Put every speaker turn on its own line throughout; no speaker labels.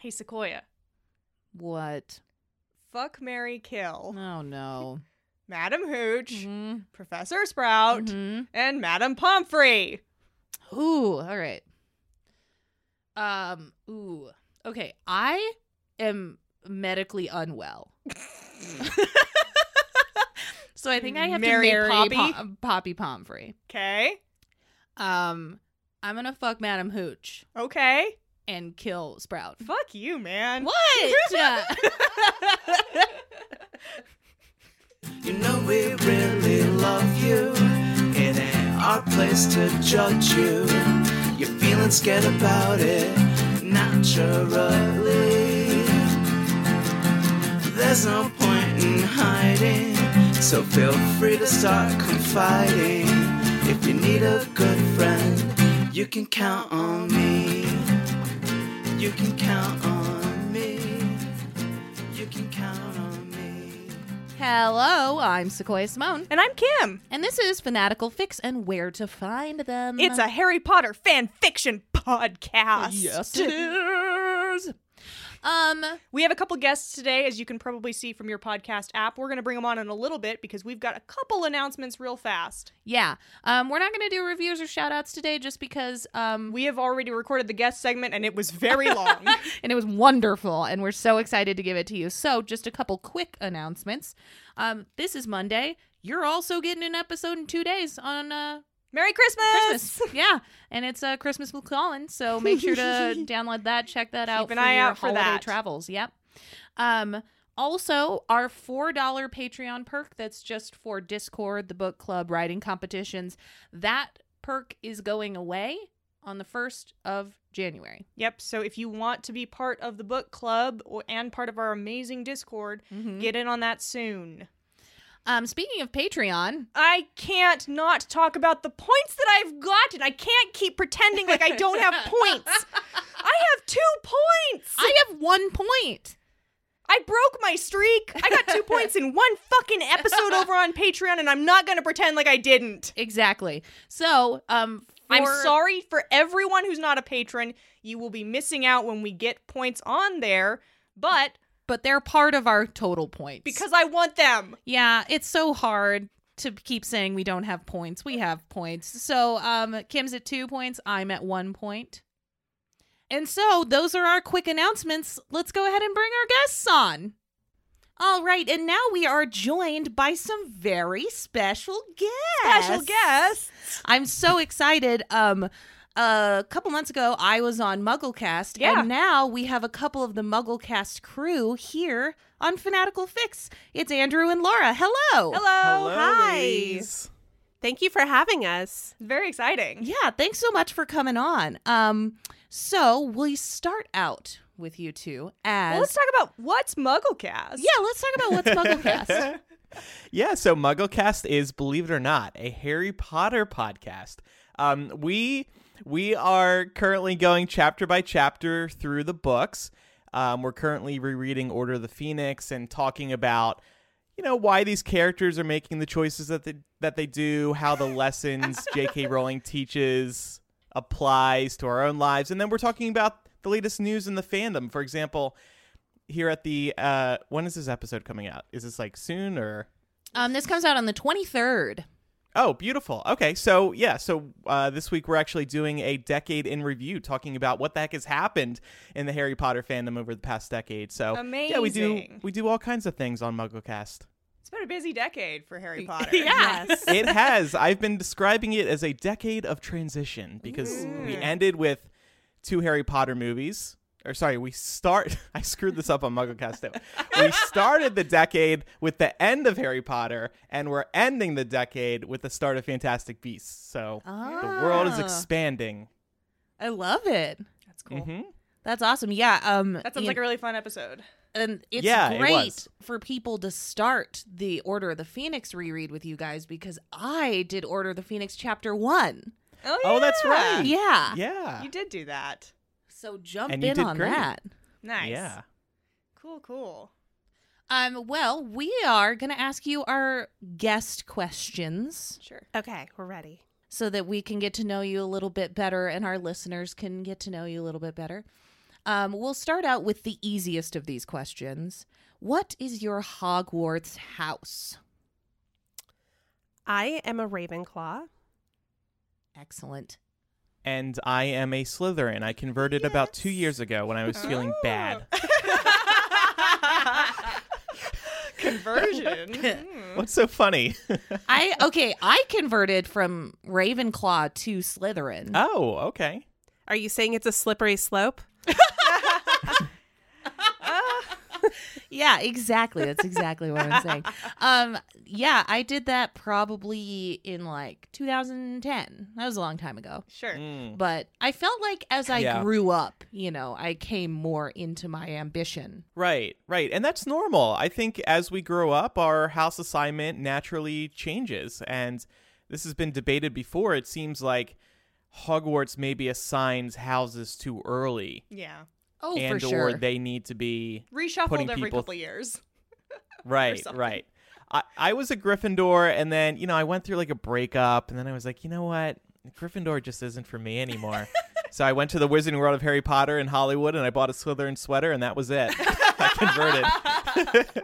Hey, Sequoia.
What?
Fuck Mary Kill.
Oh no.
Madam Hooch,
mm-hmm.
Professor Sprout, and Madam Pomfrey.
Ooh, all right. Um, ooh. Okay, I am medically unwell. so I think I have
Marry
to marry
Poppy?
Po- Poppy Pomfrey.
Okay.
Um, I'm gonna fuck Madam Hooch
Okay.
and kill Sprout.
Fuck you, man.
What? Yeah.
You know we really love you. It ain't our place to judge you. You're feeling scared about it naturally. There's no point in hiding, so feel free to start confiding. If you need a good friend, you can count on me. You can count on me. You can count on me.
Hello, I'm Sequoia Simone,
And I'm Kim.
and this is Fanatical Fix and Where to Find Them.
It's a Harry Potter fan fiction podcast.
yes, it is. Um,
We have a couple guests today, as you can probably see from your podcast app. We're going to bring them on in a little bit because we've got a couple announcements real fast.
yeah, um, we're not gonna do reviews or shout outs today, just because um,
We have already recorded the guest segment and it was very long.
and it was wonderful and we're so excited to give it to you so just a couple quick announcements um this is monday you're also getting an episode in two days on uh
Merry Christmas!
christmas yeah and it's uh christmas with colin so make sure to download that check that out
Keep an
for
eye
your
out for
holiday
that.
travels yep um also our $4 patreon perk that's just for discord the book club writing competitions that perk is going away on the 1st of january
Yep, so if you want to be part of the book club or, and part of our amazing Discord,
Mm-hmm.
get in on that soon.
um speaking of patreon
I can't not talk about the points that I've gotten. I can't keep pretending like I don't have points. I have two points!
I have one point.
I broke my streak. I got two points in one fucking episode over on Patreon, and I'm not gonna pretend like I didn't.
Exactly. So, um,
I'm
for-
sorry for everyone who's not a patron. You will be missing out when we get points on there, but
but they're part of our total points.
because I want them.
yeah, it's so hard to keep saying we don't have points. We have points. So, um, Kim's at two points. I'm at one point. And so, those are our quick announcements. Let's go ahead and bring our guests on. All right, and now we are joined by some very special guests.
Special guest.
I'm so excited. Um, a couple months ago, I was on MuggleCast,
Yeah.
and now we have a couple of the MuggleCast crew here on Fanatical Fix. It's Andrew and Laura. Hello.
Hello.
hi. Thank you for having us.
Very exciting.
Yeah, thanks so much for coming on. Um, so we start out with you two
Well,
as
let's talk about what's MuggleCast.
yeah. Let's talk about what's MuggleCast.
Yeah, so MuggleCast is, believe it or not, a Harry Potter podcast. Um, we we are currently going chapter by chapter through the books. Um, we're currently rereading Order of the Phoenix and talking about, you know, why these characters are making the choices that they that they do, how the lessons J.K. Rowling teaches applies to our own lives, and then we're talking about the latest news in the fandom. For example, here at the uh, when is this episode coming out? Is this like soon or?
um, this comes out on the 23rd.
Oh, beautiful. Okay, so yeah, so uh, this week we're actually doing a decade in review, talking about what the heck has happened in the Harry Potter fandom over the past decade. So yeah, we do
Amazing.
we do all kinds of things on MuggleCast.
It's been a busy decade for Harry Potter.
Yes.
It has. I've been describing it as a decade of transition because we ended with two Harry Potter movies. Or sorry, we start. I screwed this up on MuggleCast. Too. We started the decade with the end of Harry Potter, and we're ending the decade with the start of Fantastic Beasts. So the world is
Ah.
expanding.
I love it.
That's cool.
Mm-hmm.
Mhm.
That's awesome. Yeah. Um,
That sounds
you-
like a really fun episode.
and it's
Yeah, it
great
was.
for people to start the Order of the Phoenix reread with you guys because I did Order of the Phoenix chapter one.
Oh,
Oh, that's
yeah.
right.
Yeah.
Yeah.
You did do that.
So jump
And you
in
did
on
great.
that.
Nice.
Yeah.
Cool, cool.
Um, well, we are going to ask you our guest questions
Sure.
Okay. We're ready.
so that we can get to know you a little bit better and our listeners can get to know you a little bit better. Um, we'll start out with the easiest of these questions. What is your Hogwarts house?
I am a Ravenclaw.
Excellent.
And I am a Slytherin. I converted about two years ago when I was feeling
Oh.
bad.
Conversion. Hmm.
What's so funny?
I okay. I converted from Ravenclaw to Slytherin.
oh, okay.
Are you saying it's a slippery slope?
Yeah, exactly. That's exactly what I'm saying. Um, yeah, I did that probably in like 2010. That was a long time ago.
Sure.
Mm.
But I felt like as I
Yeah.
grew up, you know, I came more into my ambition.
Right, right. And that's normal. I think as we grow up, our house assignment naturally changes. And this has been debated before. It seems like Hogwarts maybe assigns houses too early.
Yeah.
Oh,
and
for
or
sure.
they need to be
Reshuffled
Putting
every
people-
couple years.
right,
something.
right. I, I was a Gryffindor, and then you know I went through like a breakup, and then I was like, you know what, Gryffindor just isn't for me anymore. so I went to the Wizarding World of Harry Potter in Hollywood, and I bought a Slytherin sweater, and that was it. I converted.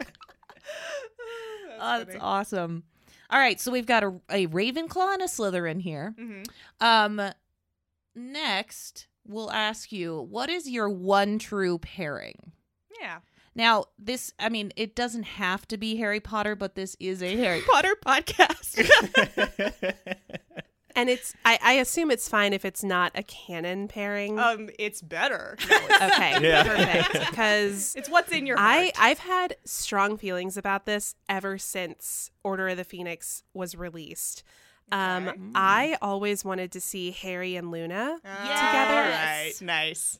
oh, that's awesome. All right, so we've got a, a Ravenclaw and a Slytherin here. Um, next, we'll ask you what is your one true pairing?
Yeah.
Now, this, I mean, it doesn't have to be Harry Potter, but this is a Harry Potter podcast.
And it's I, I assume it's fine if it's not a canon pairing.
Um, it's better. No, it's,
okay.
Yeah.
Perfect. Because
it's what's in your
I
heart.
I've had strong feelings about this ever since Order of the Phoenix was released. Um,
Okay.
I always wanted to see Harry and Luna.
All right.
Yes.
Nice.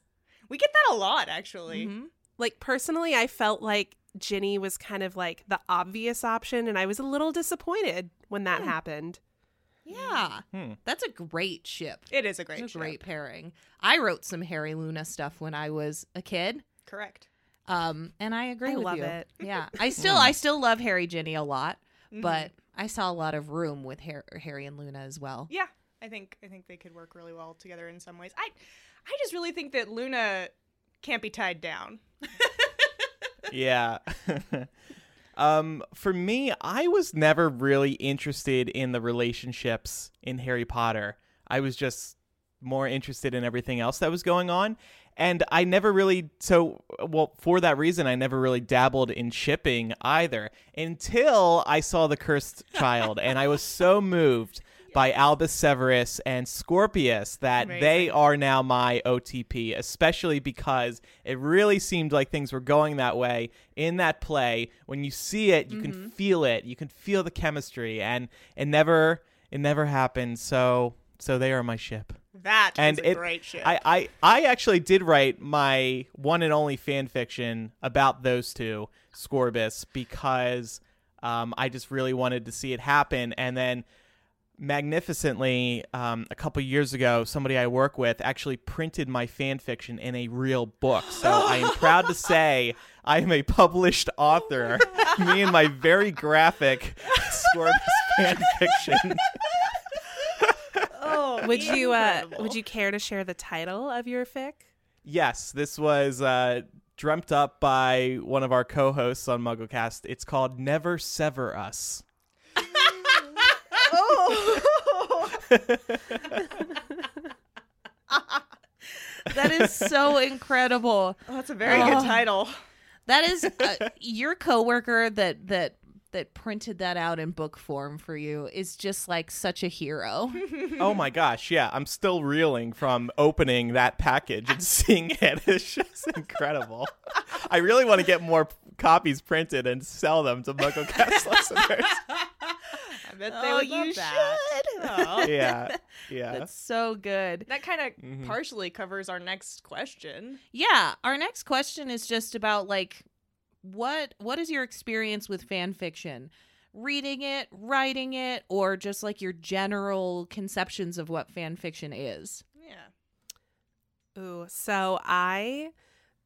We get that a lot, actually.
Mhm.
Like personally, I felt like Ginny was kind of like the obvious option, and I was a little disappointed when that happened.
Yeah.
Hmm.
That's a great ship.
It is a great,
It's a
show.
great pairing. I wrote some Harry Luna stuff when I was a kid.
Correct.
Um, and I agree
I
with
love
you.
it.
Yeah. I still I still love Harry Ginny a lot, but I saw a lot of room with Har- Harry and Luna as well.
Yeah, I think I think they could work really well together in some ways. I I just really think that Luna can't be tied down.
yeah. um, for me, I was never really interested in the relationships in Harry Potter. I was just more interested in everything else that was going on. And I never really, so, well, for that reason, I never really dabbled in shipping either until I saw The Cursed Child. and I was so moved by Albus Severus and Scorpius that they are now my OTP, especially because it really seemed like things were going that way in that play. When you see it, you can feel it. You can feel the chemistry, and it never, it never happened. So, so they are my ship.
That
And
is a
it-
great ship.
I, I, I actually did write my one and only fan fiction about those two Scorbus because um, I just really wanted to see it happen. And then magnificently, um, a couple years ago, somebody I work with actually printed my fan fiction in a real book. So I am proud to say I am a published author. Me and my very graphic Scorbus fan fiction.
oh,
Would you uh,
incredible.
Would you care to share the title of your fic?
Yes, this was uh, dreamt up by one of our co-hosts on MuggleCast. It's called "Never Sever Us."
That is so incredible.
Oh, that's a very good title.
That is uh, your coworker that that that printed that out in book form for you is just like such a hero.
oh my gosh! Yeah, I'm still reeling from opening that package and seeing it. It's just incredible. I really want to get more p- copies printed and sell them to MuggleCast listeners.
I bet they would love that.
Oh, should.
Yeah, yeah.
Oh, That's so good.
That kind of
Mm-hmm.
partially covers our next question.
Yeah, our next question is just about like what what is your experience with fan fiction? Reading it, writing it, or just like your general conceptions of what fan fiction is.
Yeah.
Ooh, so I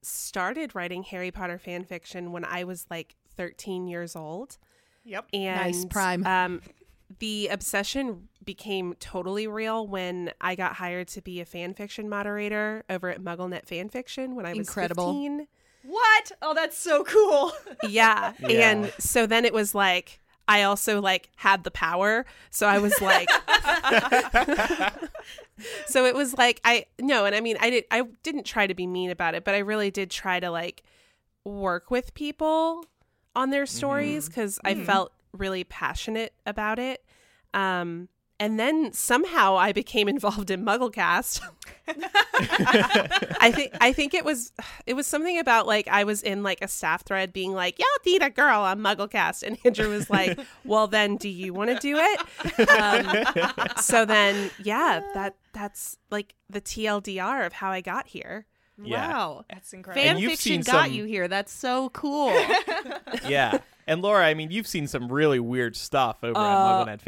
started writing Harry Potter fan fiction when I was like 13 years old.
Yep.
And
Nice prime.
um the obsession became totally real when I got hired to be a fan fiction moderator over at MuggleNet Fan Fiction when I was
Incredible.
15.
What? Oh, that's so cool.
Yeah.
Yeah.
And so then it was like I also like had the power. So I was like So it was like I no, and I mean I did I didn't try to be mean about it, but I really did try to like work with people on their stories because I felt really passionate about it. Um and then somehow I became involved in MuggleCast. I think I think it was it was something about like I was in like a staff thread being like, "Y'all need a girl on MuggleCast," and Andrew was like, "Well, then, do you want to do it?" Um, so then, yeah, that that's like the TLDR of how I got here.
Yeah.
Wow.
That's
Fan
incredible.
And you've
fiction
seen
got
some- Um,
you here. That's so cool.
yeah. And Laura, I mean, you've seen some really weird stuff over
Uh,
at MuggleNet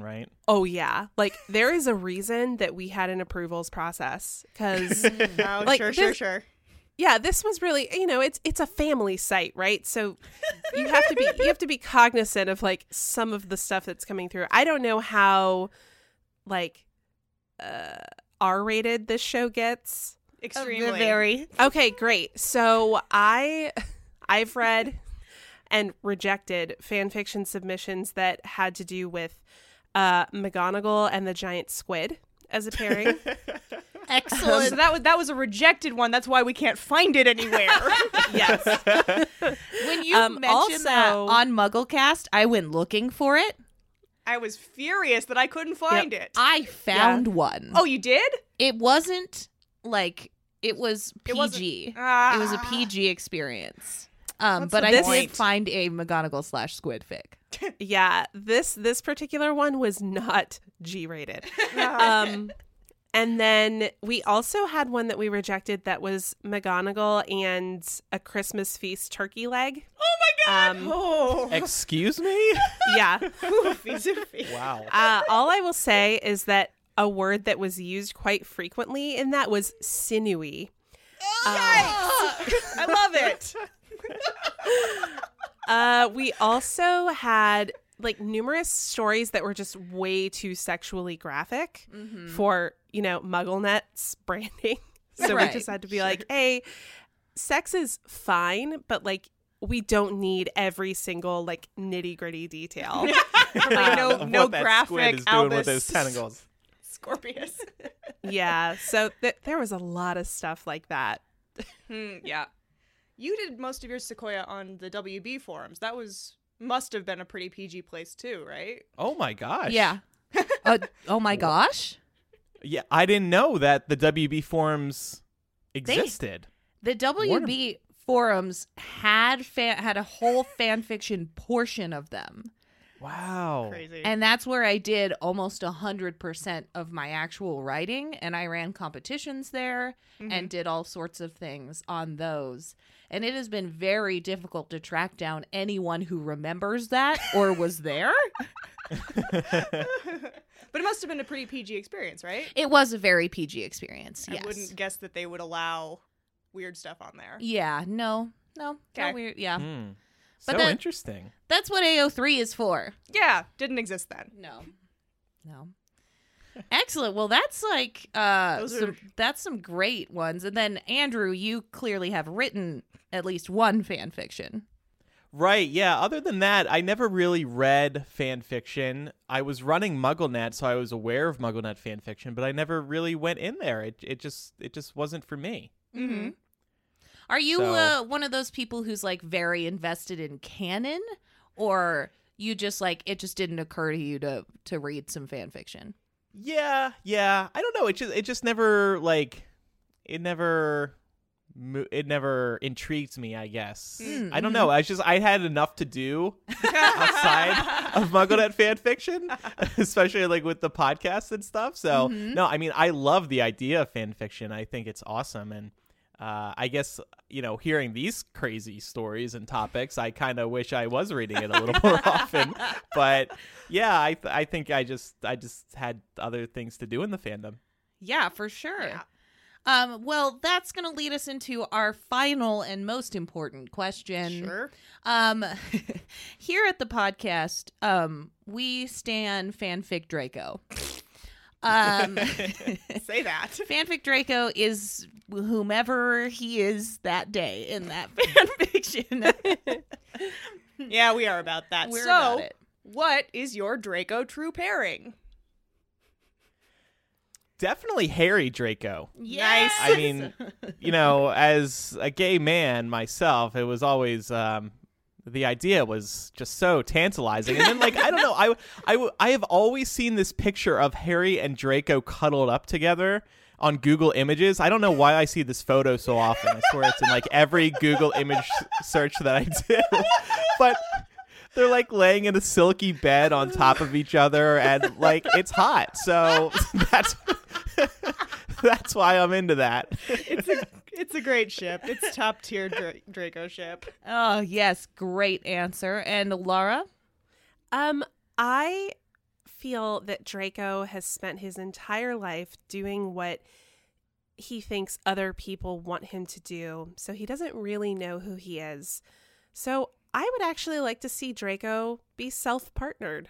right?
Oh yeah, like there is a reason that we had an approvals process because
oh,
Like,
sure, sure,
this-
sure.
yeah this was really you know it's it's a family site right so you have to be you have to be cognizant of like some of the stuff that's coming through i don't know how like uh r-rated this show gets
Extremely.
okay great so i i've read and rejected fan fiction submissions that had to do with uh mcgonagall and the giant squid as a pairing
So that was that was a rejected one. That's why we can't find it anywhere.
yes
when you
Um,
mentioned that
also-
on MuggleCast, I went looking for it.
I was furious that I couldn't find it.
I found one.
oh, you did?
it wasn't like it was
It wasn't-
PG. It,
Ah.
was a PG experience. Um,
What's
but
the
I
point?
did find a McGonagall slash squid fic.
Yeah, this this particular one was not G-rated. um and then we also had one that we rejected that was McGonagall and a Christmas feast turkey leg. Oh my god. Um,
Oh,
Excuse me?
yeah.
Wow.
Uh, all I will say is that a word that was used quite frequently in that was sinewy. Um,
I love it.
Uh, we also had like numerous stories that were just way too sexually graphic for you know MuggleNet's branding. So
Right.
we just had to be like, hey, sex is fine, but like we don't need every single like nitty gritty detail.
Like, no,
Um, Of
no
what that squid
graphic
is doing
Albus
with those tentacles.
Scorpius.
yeah. So th- there was a lot of stuff like that.
Hmm, yeah. You did most of your Sequoia on the WB forums. That was must have been a pretty PG place too, right?
Oh my gosh.
Yeah. uh, oh my gosh.
Yeah, I didn't know that the WB forums existed.
The WB forums had fan- had a whole fan fiction portion of them. Oh.
Wow.
Crazy.
And that's where I did almost 100% of my actual writing. And I ran competitions there and did all sorts of things on those. And it has been very difficult to track down anyone who remembers that or was there.
but it must have been a pretty PG experience, right?
It was a very PG experience. Yes.
I wouldn't guess that they would allow weird stuff on there.
Yeah. No. No.
Okay.
Not weird. Yeah.
Hmm.
But
so
that-
interesting.
That's what AO3 is for.
Yeah, didn't exist then.
No. No. Excellent. Well, that's like uh
Those
some,
are-
that's some great ones. And then Andrew, you clearly have written at least one fan fiction.
Right, yeah. Other than that, I never really read fan fiction. I was running MuggleNet, so I was aware of MuggleNet fan fiction, but I never really went in there. It it just it just wasn't for me.
Mm-hmm.
Are you
So-
uh, one of those people who's like very invested in canon or you just like it just didn't occur to you to to read some fan fiction?
Yeah, yeah. I don't know. It just it just never like it never mo- it never intrigued me. I guess
Mm,
I don't know. I just I had enough to do outside of MuggleNet fan fiction, especially like with the podcast and stuff. So no, I mean I love the idea of fan fiction. I think it's awesome, and uh, I guess you know hearing these crazy stories and topics, I kind of wish I was reading it a little more often. But yeah, I th- I think I just I just had other things to do in the fandom.
Yeah, for sure. Um, well, that's going to lead us into our final and most important question.
Sure.
Um, here at the podcast, um, we stan fanfic Draco. Um,
Say that.
fanfic Draco is whomever he is that day in that fanfiction.
Yeah, we are about that.
We're
so,
about it.
what is your Draco true pairing?
Definitely Harry Draco.
Yes.
I mean, you know, as a gay man myself, it was always um, the idea was just so tantalizing. And then, like, I don't know, I, I, I have always seen this picture of Harry and Draco cuddled up together on Google Images. I don't know why I see this photo so often. I swear it's in like every Google image search that I do, but. They're like laying in a silky bed on top of each other, and like it's hot. So that's that's why I'm into that.
It's a, it's a great ship. It's top tier Dra- Draco ship.
oh, yes. Great answer. And Laura?
Um, I feel that Draco has spent his entire life doing what he thinks other people want him to do, so he doesn't really know who he is. So I would actually like to see Draco be self partnered.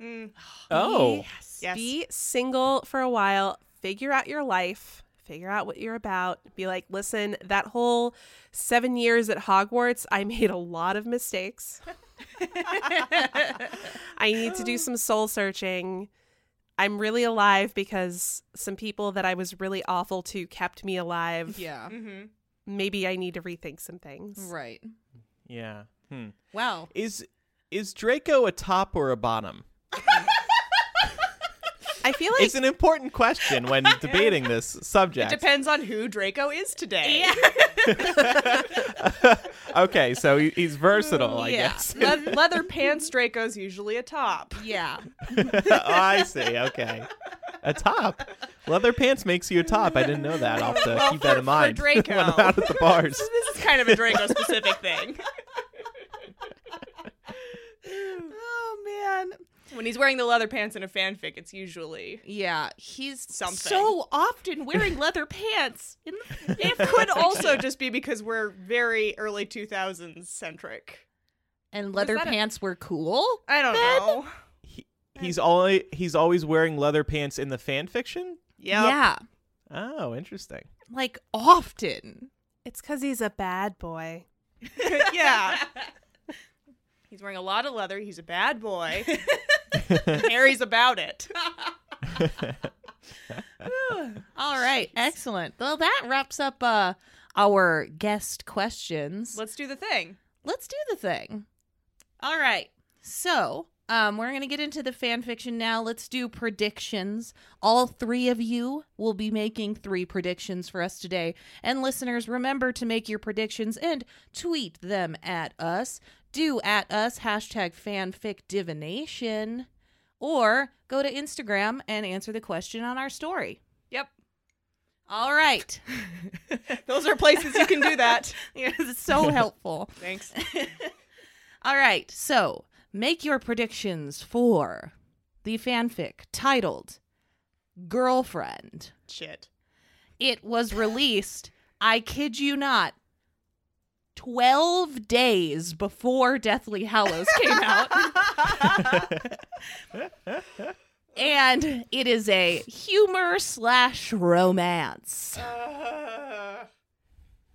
Mm.
Oh,
Yes.
Be single for a while, figure out your life, figure out what you're about. Be like, listen, that whole seven years at Hogwarts, I made a lot of mistakes. I need to do some soul searching. I'm really alive because some people that I was really awful to kept me alive.
Yeah.
Mm-hmm.
Maybe I need to rethink some things.
Right.
yeah. Hmm.
Wow.
Is is Draco a top or a bottom?
I feel like
it's an important question when debating this subject.
Depends on who Draco is today.
okay, so he- he's versatile, I
Yeah.
guess.
Le- leather pants Draco's usually a top.
Yeah.
oh, I see. Okay, a top. Leather pants makes you a top. I didn't know that. I'll have to keep that in mind
Draco.
when I'm out at the bars.
This is kind of a Draco specific thing.
oh man.
When he's wearing the leather pants in a fanfic, it's usually
Yeah, he's
Something.
so often wearing leather pants. In the-
It could also just be because we're very early 2000s centric.
and leather
that a-
pants were cool.
I don't
then?
know.
He's only he's always wearing leather pants in the fan fiction.
Yep.
Yeah,
Oh, interesting.
like often.
it's because he's a bad boy.
yeah. He's wearing a lot of leather. He's a bad boy. Harry's about it.
All right, excellent. Well, that wraps up uh, our guest questions.
Let's do the thing.
let's do the thing. All right. So, um, we're going to get into the fan fiction now. Let's do predictions. All three of you will be making three predictions for us today. And listeners, remember to make your predictions and tweet them at us. Do at us hashtag fanfic divination or go to Instagram and answer the question on our story.
Yep.
All right.
Those are places you can do that.
Yeah, this is so helpful.
Thanks.
All right, so make your predictions for the fanfic titled Girlfriend.
Shit.
It was released, I kid you not, 12 days before Deathly Hallows came out. and it is a humor slash romance.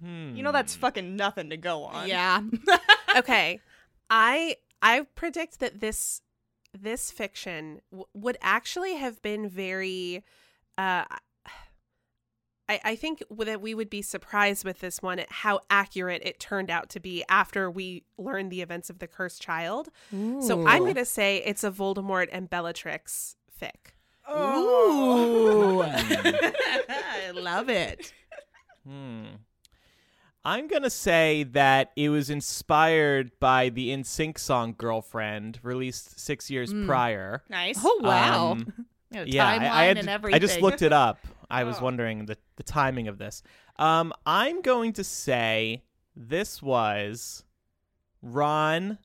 Hmm.
You know
Hmm.
that's fucking nothing to go on.
Yeah.
okay i i predict that this this fiction w- would actually have been very uh I, I think that we would be surprised with this one at how accurate it turned out to be after we learned the events of the cursed child. So I'm going to say it's a Voldemort and Bellatrix fic.
Ooh. I love it.
Hmm. I'm gonna say that it was inspired by the InSync song "Girlfriend," released six years prior.
Nice.
Oh Hmm. wow!
Um,
You know,
yeah, I-
timeline
I, had-
and everything.
I just looked it up. I was
Oh.
wondering the the timing of this. Um, I'm going to say this was Ron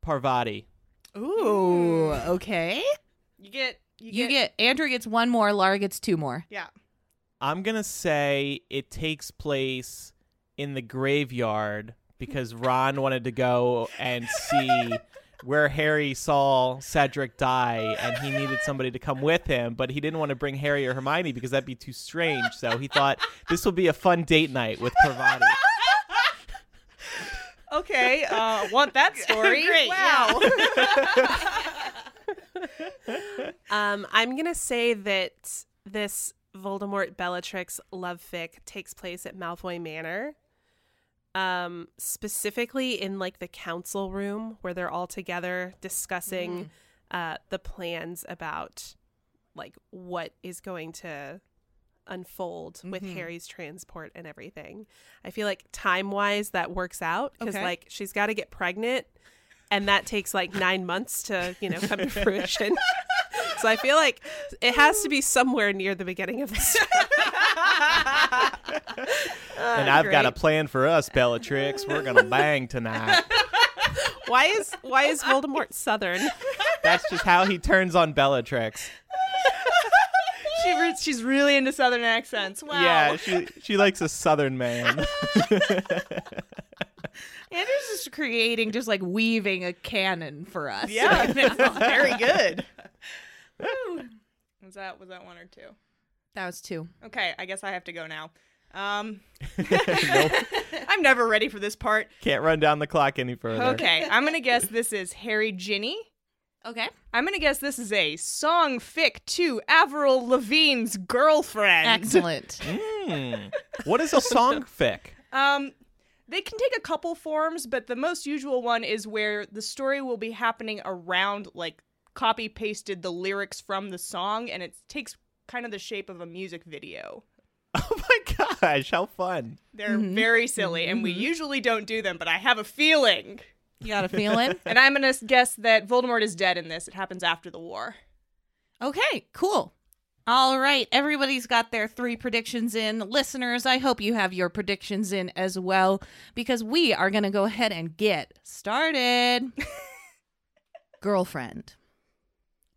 Parvati.
Ooh, okay.
Hmm. You get you,
You
get
get Andrew gets one more, Lara gets two more.
Yeah.
I'm going to say it takes place in the graveyard because Ron wanted to go and see where Harry saw Cedric die and he needed somebody to come with him, but he didn't want to bring Harry or Hermione because that'd be too strange. So he thought this will be a fun date night with Pravati.
Okay, uh, want that story?
Great,
Wow.
Um, I'm gonna say that this Voldemort Bellatrix lovefic takes place at Malfoy Manor, um, specifically in like the council room where they're all together discussing uh, the plans about like what is going to unfold with Harry's transport and everything. I feel like time wise that works out because
Okay.
like she's got to get pregnant. And that takes like nine months to, you know, come to fruition. So I feel like it has to be somewhere near the beginning of the story.
and I've got a plan for us, Bellatrix. We're going to bang tonight.
Why is why is Voldemort Southern?
That's just how he turns on Bellatrix.
she re- she's really into southern accents. Wow.
Yeah, she she likes a southern man.
Andrew's just creating, just like weaving a canon for us.
Yeah, very good. was that was that one or two?
that was two.
Okay, I guess I have to go now. Um,
nope.
I'm never ready for this part.
Can't run down the clock any further.
Okay, I'm gonna guess this is Harry Ginny.
Okay.
I'm gonna guess this is a song fic to Avril Lavigne's girlfriend.
Excellent.
Hmm. What is a song fic?
Um, they can take a couple forms, but the most usual one is where the story will be happening around like copy pasted the lyrics from the song, and it takes kind of the shape of a music video.
Oh my gosh, how fun.
They're very silly, and we usually don't do them, but I have a feeling.
You got a feeling?
And I'm gonna guess that Voldemort is dead in this. It happens after the war.
Okay, cool. All right, everybody's got their three predictions in. Listeners, I hope you have your predictions in as well because we are going to go ahead and get started. Girlfriend.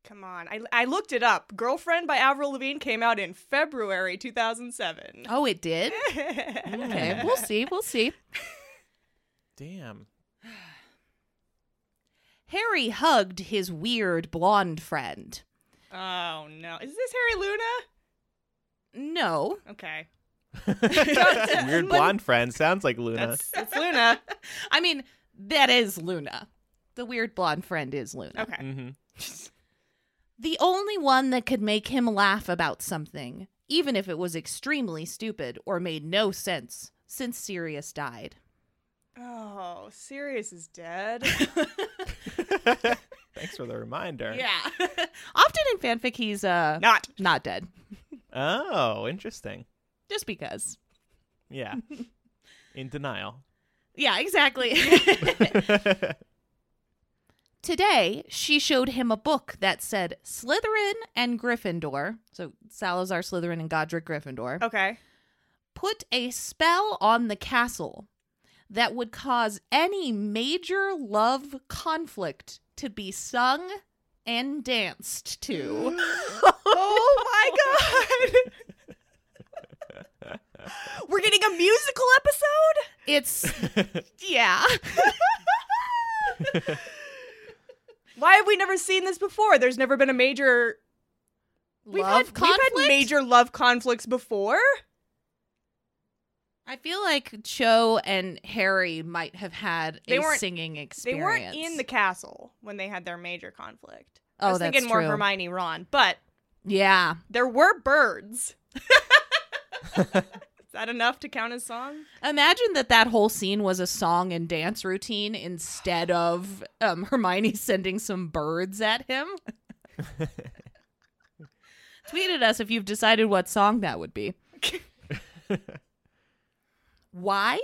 Come on, I, I looked it up. Girlfriend by Avril Lavigne came out in February 2007.
Oh, it did? Okay, we'll see. We'll see.
Damn.
Harry hugged his weird blonde friend.
oh no, is this Harry Luna?
No.
Okay,
Weird blonde friend sounds like Luna.
that's it's Luna.
I mean, that is Luna. The weird blonde friend is Luna.
Okay.
hmm
The only one that could make him laugh about something, even if it was extremely stupid or made no sense, since Sirius died.
Oh, Sirius is dead.
Thanks for the reminder.
Often in fanfic, he's uh, not.
Not.
dead,
Oh, interesting.
just because.
Yeah. In denial.
Yeah, exactly.
oh,
Today, she showed him a book that said Slytherin and Gryffindor. So Salazar Slytherin and Godric Gryffindor.
Okay.
put a spell on the castle that would cause any major love conflict to be sung and danced to.
Oh my god. We're getting a musical episode?
It's yeah.
Why have we never seen this before? There's never been a major we've
love
had
conflict.
we've had major love conflicts before.
I feel like Cho and Harry might have had
They
a
weren't-
singing
They
experience.
weren't in the castle when they had their major conflict.
Oh,
I was
that's
thinking more
true.
Hermione Ron, but
Yeah.
there were birds. is that enough to count as song?
Imagine that that whole scene was a song and dance routine instead of um, Hermione sending some birds at him. Tweet at us if you've decided what song that would be. Why?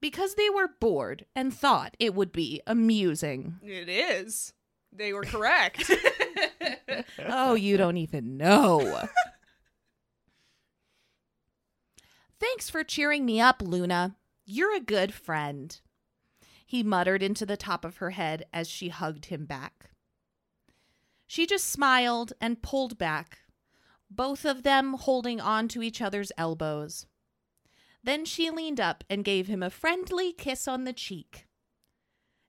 Because they were bored and thought it would be amusing.
It is. They were correct.
Oh, you don't even know. Thanks for cheering me up, Luna. You're a good friend. He muttered into the top of her head as she hugged him back. She just smiled and pulled back, both of them holding on to each other's elbows. Then she leaned up and gave him a friendly kiss on the cheek.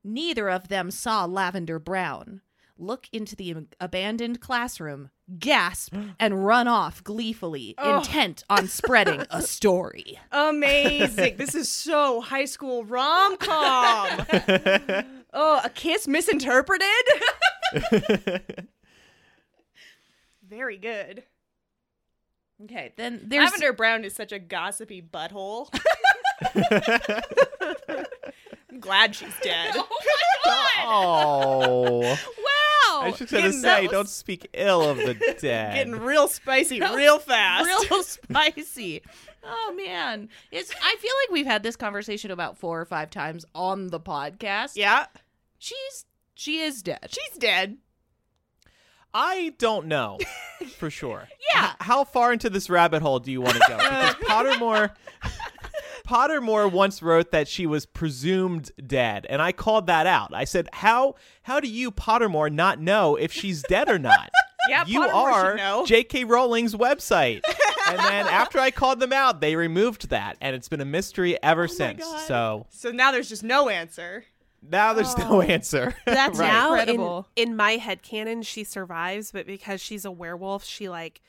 Neither of them saw Lavender Brown look into the ab- abandoned classroom, gasp, and run off gleefully,
Oh.
intent on spreading a story.
Amazing. this is so high school rom com. oh, a kiss misinterpreted? Very good.
Okay, then there's
Lavender Brown is such a gossipy butthole. I'm glad she's dead.
Oh.
wow.
I was just gonna
Getting-
say,
that
don't
was
speak ill of the dead.
Oh, Getting real spicy real fast.
real spicy. Oh man, it's. I feel like we've had this conversation about four or five times on the podcast.
yeah.
she's she is dead.
She's dead.
I don't know for sure.
Yeah.
H- how far into this rabbit hole do you want to go? Because Pottermore Pottermore once wrote that she was presumed dead, and I called that out. I said, "How how do you Pottermore not know if she's dead or not?"
Yeah,
you
Pottermore should
are
know.
J.K. Rowling's website. and then after I called them out, they removed that, and it's been a mystery
Oh
ever since.
God.
So
So now there's just no answer.
now there's
Oh.
no answer.
That's
Right.
now in-
Incredible.
in, my head canon she survives, but because she's a werewolf, she like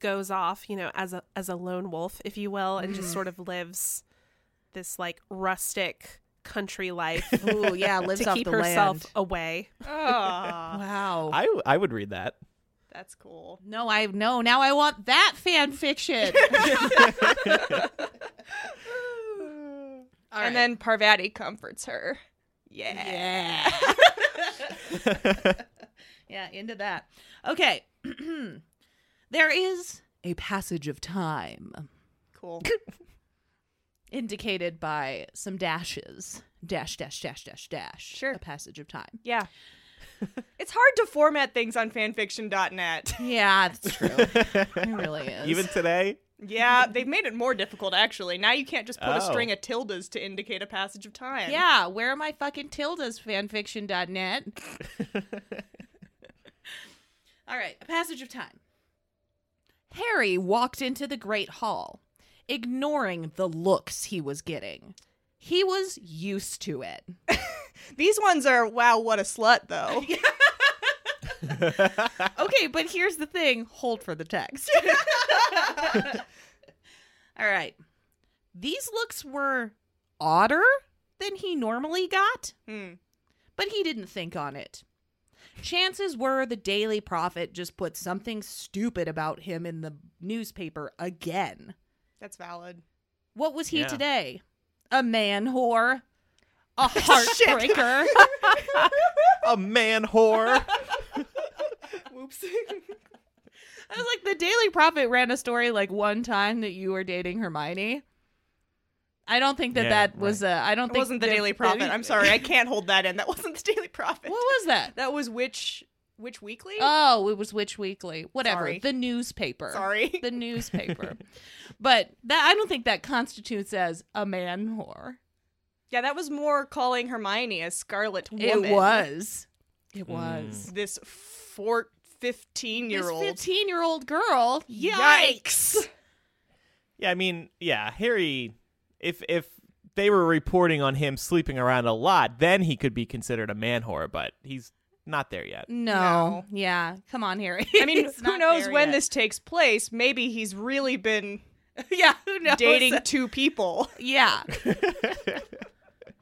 goes off, you know, as a as a lone wolf, if you will, and just sort of lives this like rustic country life
Ooh, yeah, lives
to
off
keep
the
herself
land.
away.
Ah,
Oh,
Wow.
I I would read that.
that's cool.
no, I no. Now I want that fan fiction. All right.
and then Parvati comforts her. Yeah.
yeah, yeah, into that. Okay, there is a passage of time
Cool.
indicated by some dashes. Dash, dash, dash, dash, dash.
Sure.
A passage of time.
Yeah. it's hard to format things on fanfiction.net.
Yeah, that's true. it really is.
Even today.
Yeah, they've made it more difficult actually. Now you can't just put a
Oh.
string of tildes to indicate a passage of time.
Yeah, where are my fucking tildas, fanfiction.net? All right, a passage of time. Harry walked into the Great Hall, ignoring the looks he was getting. He was used to it.
These ones are wow, what a slut though.
Okay, but here's the thing hold for the text. All right. These looks were odder than he normally got,
Hmm.
but he didn't think on it. Chances were the Daily Prophet just put something stupid about him in the newspaper again.
That's valid.
What was he
Yeah.
today? A man whore, a heartbreaker,
a man whore.
Whoops.
I was like, the Daily Prophet ran a story like one time that you were dating Hermione. I don't think that
Yeah,
that was a. I don't
it
think
wasn't the
that-
Daily Prophet. I'm sorry, I can't hold that in. That wasn't the Daily Prophet.
What was that?
That was which which weekly?
Oh, it was Witch Weekly. Whatever.
Sorry.
The newspaper.
Sorry.
The newspaper. but that I don't think that constitutes as a man whore.
yeah, that was more calling Hermione a Scarlet Woman.
It was. It was.
this four, 15 year
This
old.
15 year old girl.
Yikes.
Yeah, I mean, yeah, Harry. If if they were reporting on him sleeping around a lot, then he could be considered a man whore. But he's not there yet.
No. Yeah. Come on, Harry.
I mean,
It's
who
not
knows
there
when
yet.
this takes place? Maybe he's really been
Yeah, who knows?
dating two people.
Yeah.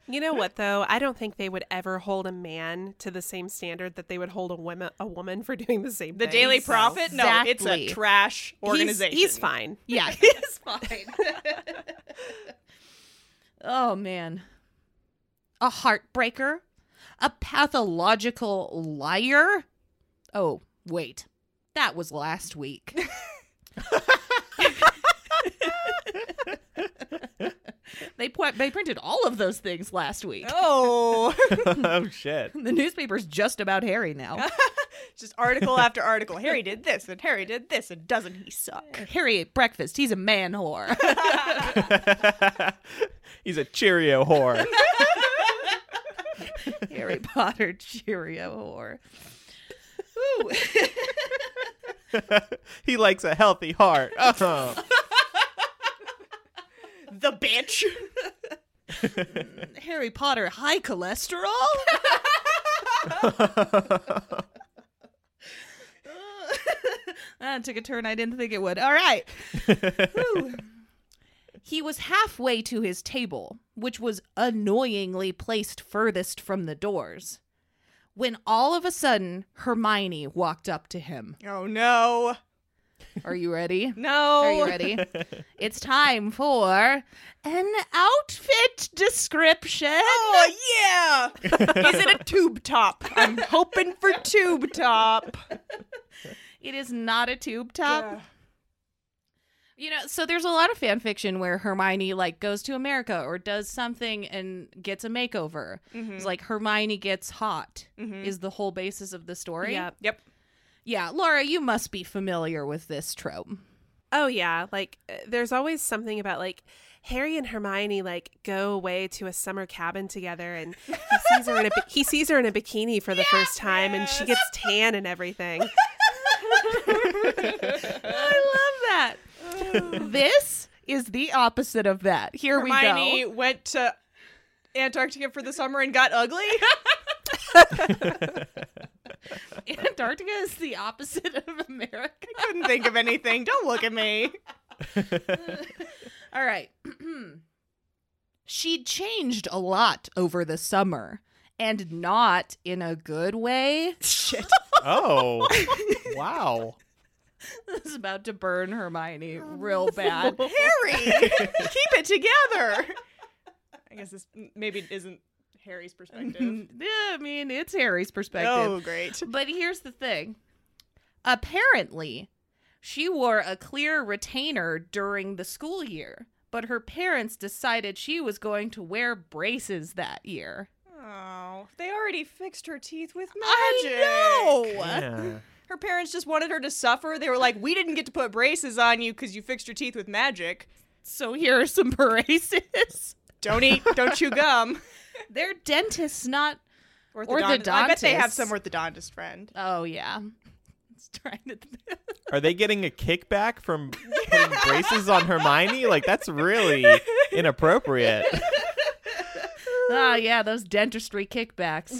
You know what though? I don't think they would ever hold a man to the same standard that they would hold a woman a woman for doing the same
The
thing,
Daily
so-
Prophet? No, it's
Exactly.
a trash
He's-
organization.
He's, fine.
Yeah, it's fine. oh man. A heartbreaker? A pathological liar? Oh, wait. That was last week. they put they printed all of those things last week.
Oh,
oh shit.
The newspaper's just about Harry now.
just article after article. Harry did this, and Harry did this, and doesn't he suck?
Harry ate breakfast. He's a man whore.
he's a Cheerio whore.
Harry Potter Cheerio whore. Ooh.
he likes a healthy heart. Oh.
The bitch.
Harry Potter high cholesterol? that Ah, took a turn I didn't think it would. All right. Whew. he was halfway to his table, which was annoyingly placed furthest from the doors, when all of a sudden Hermione walked up to him.
Oh
Um,
no.
Are you ready?
No.
Are you ready? it's time for an outfit description.
Oh yeah. Is it a tube top? I'm hoping for tube top.
It is not a tube top. You know, so there's a lot of fan fiction where Hermione like goes to America or does something and gets a makeover.
Mhm.
It's like Hermione gets hot
Mhm.
is the whole basis of the story.
Yep.
Yep.
Yeah, Laura, you must be familiar with this trope.
Oh yeah, like uh, there's always something about like Harry and Hermione like go away to a summer cabin together, and he sees her in a bi- he sees her in a bikini for the first time, and she gets tan and everything.
I love that. this is the opposite of that. Here we
Hermione
go.
went to Antarctica for the summer and got ugly.
Antarctica is the opposite of America.
Couldn't think of anything. Don't look at me.
All right. she changed a lot over the summer and not in a good way. Shit.
oh. Wow.
this is about to burn Hermione real bad.
Harry, keep it together. I guess this m- maybe isn't Harry's perspective.
Yeah, I mean, it's Harry's perspective.
oh, great.
But here's the thing. Apparently, she wore a clear retainer during the school year, but her parents decided she was going to wear braces that year.
Oh, they already fixed her teeth with magic.
I know.
Yeah.
Her parents just wanted her to suffer. They were like, "We didn't get to put braces on you because you fixed your teeth with magic.
So here are some braces.
Don't eat, don't chew gum."
Their dentist's not.
I bet they have
Orthodontist.
some orthodontist friend.
Oh yeah. It's trying to.
Are they getting a kickback from putting braces on Hermione? Like that's really inappropriate.
oh yeah, those dentistry kickbacks.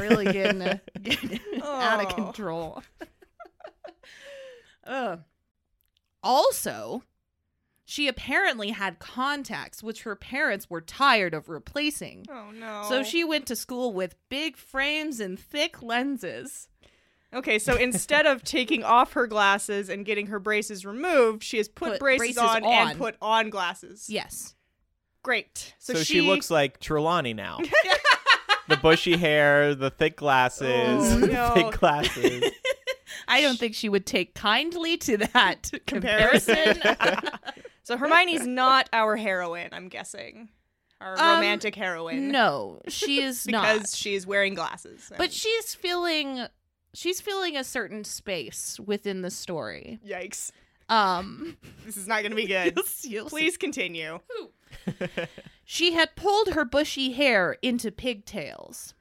really getting, uh, getting out of
Oh.
control. Ugh. Also, she apparently had contacts which her parents were tired of replacing.
Oh no.
So she went to school with big frames and thick lenses.
Okay, so instead of taking off her glasses and getting her braces removed, she has put,
Put
braces,
braces
on,
on.
and put on glasses.
Yes.
Great. So,
So, she... looks like Trelawney now. the bushy hair, the thick glasses,
Oh, no.
thick glasses.
I don't think she would take kindly to that
Comparison.
comparison.
So Hermione's not our heroine, I'm guessing. Our
Um,
romantic heroine.
no, she is not.
Because she's wearing glasses.
but
and-
she's feeling she's feeling a certain space within the story
Yikes.
um
This is not going to be good.
you'll see.
Please continue.
she had pulled her bushy hair into pigtails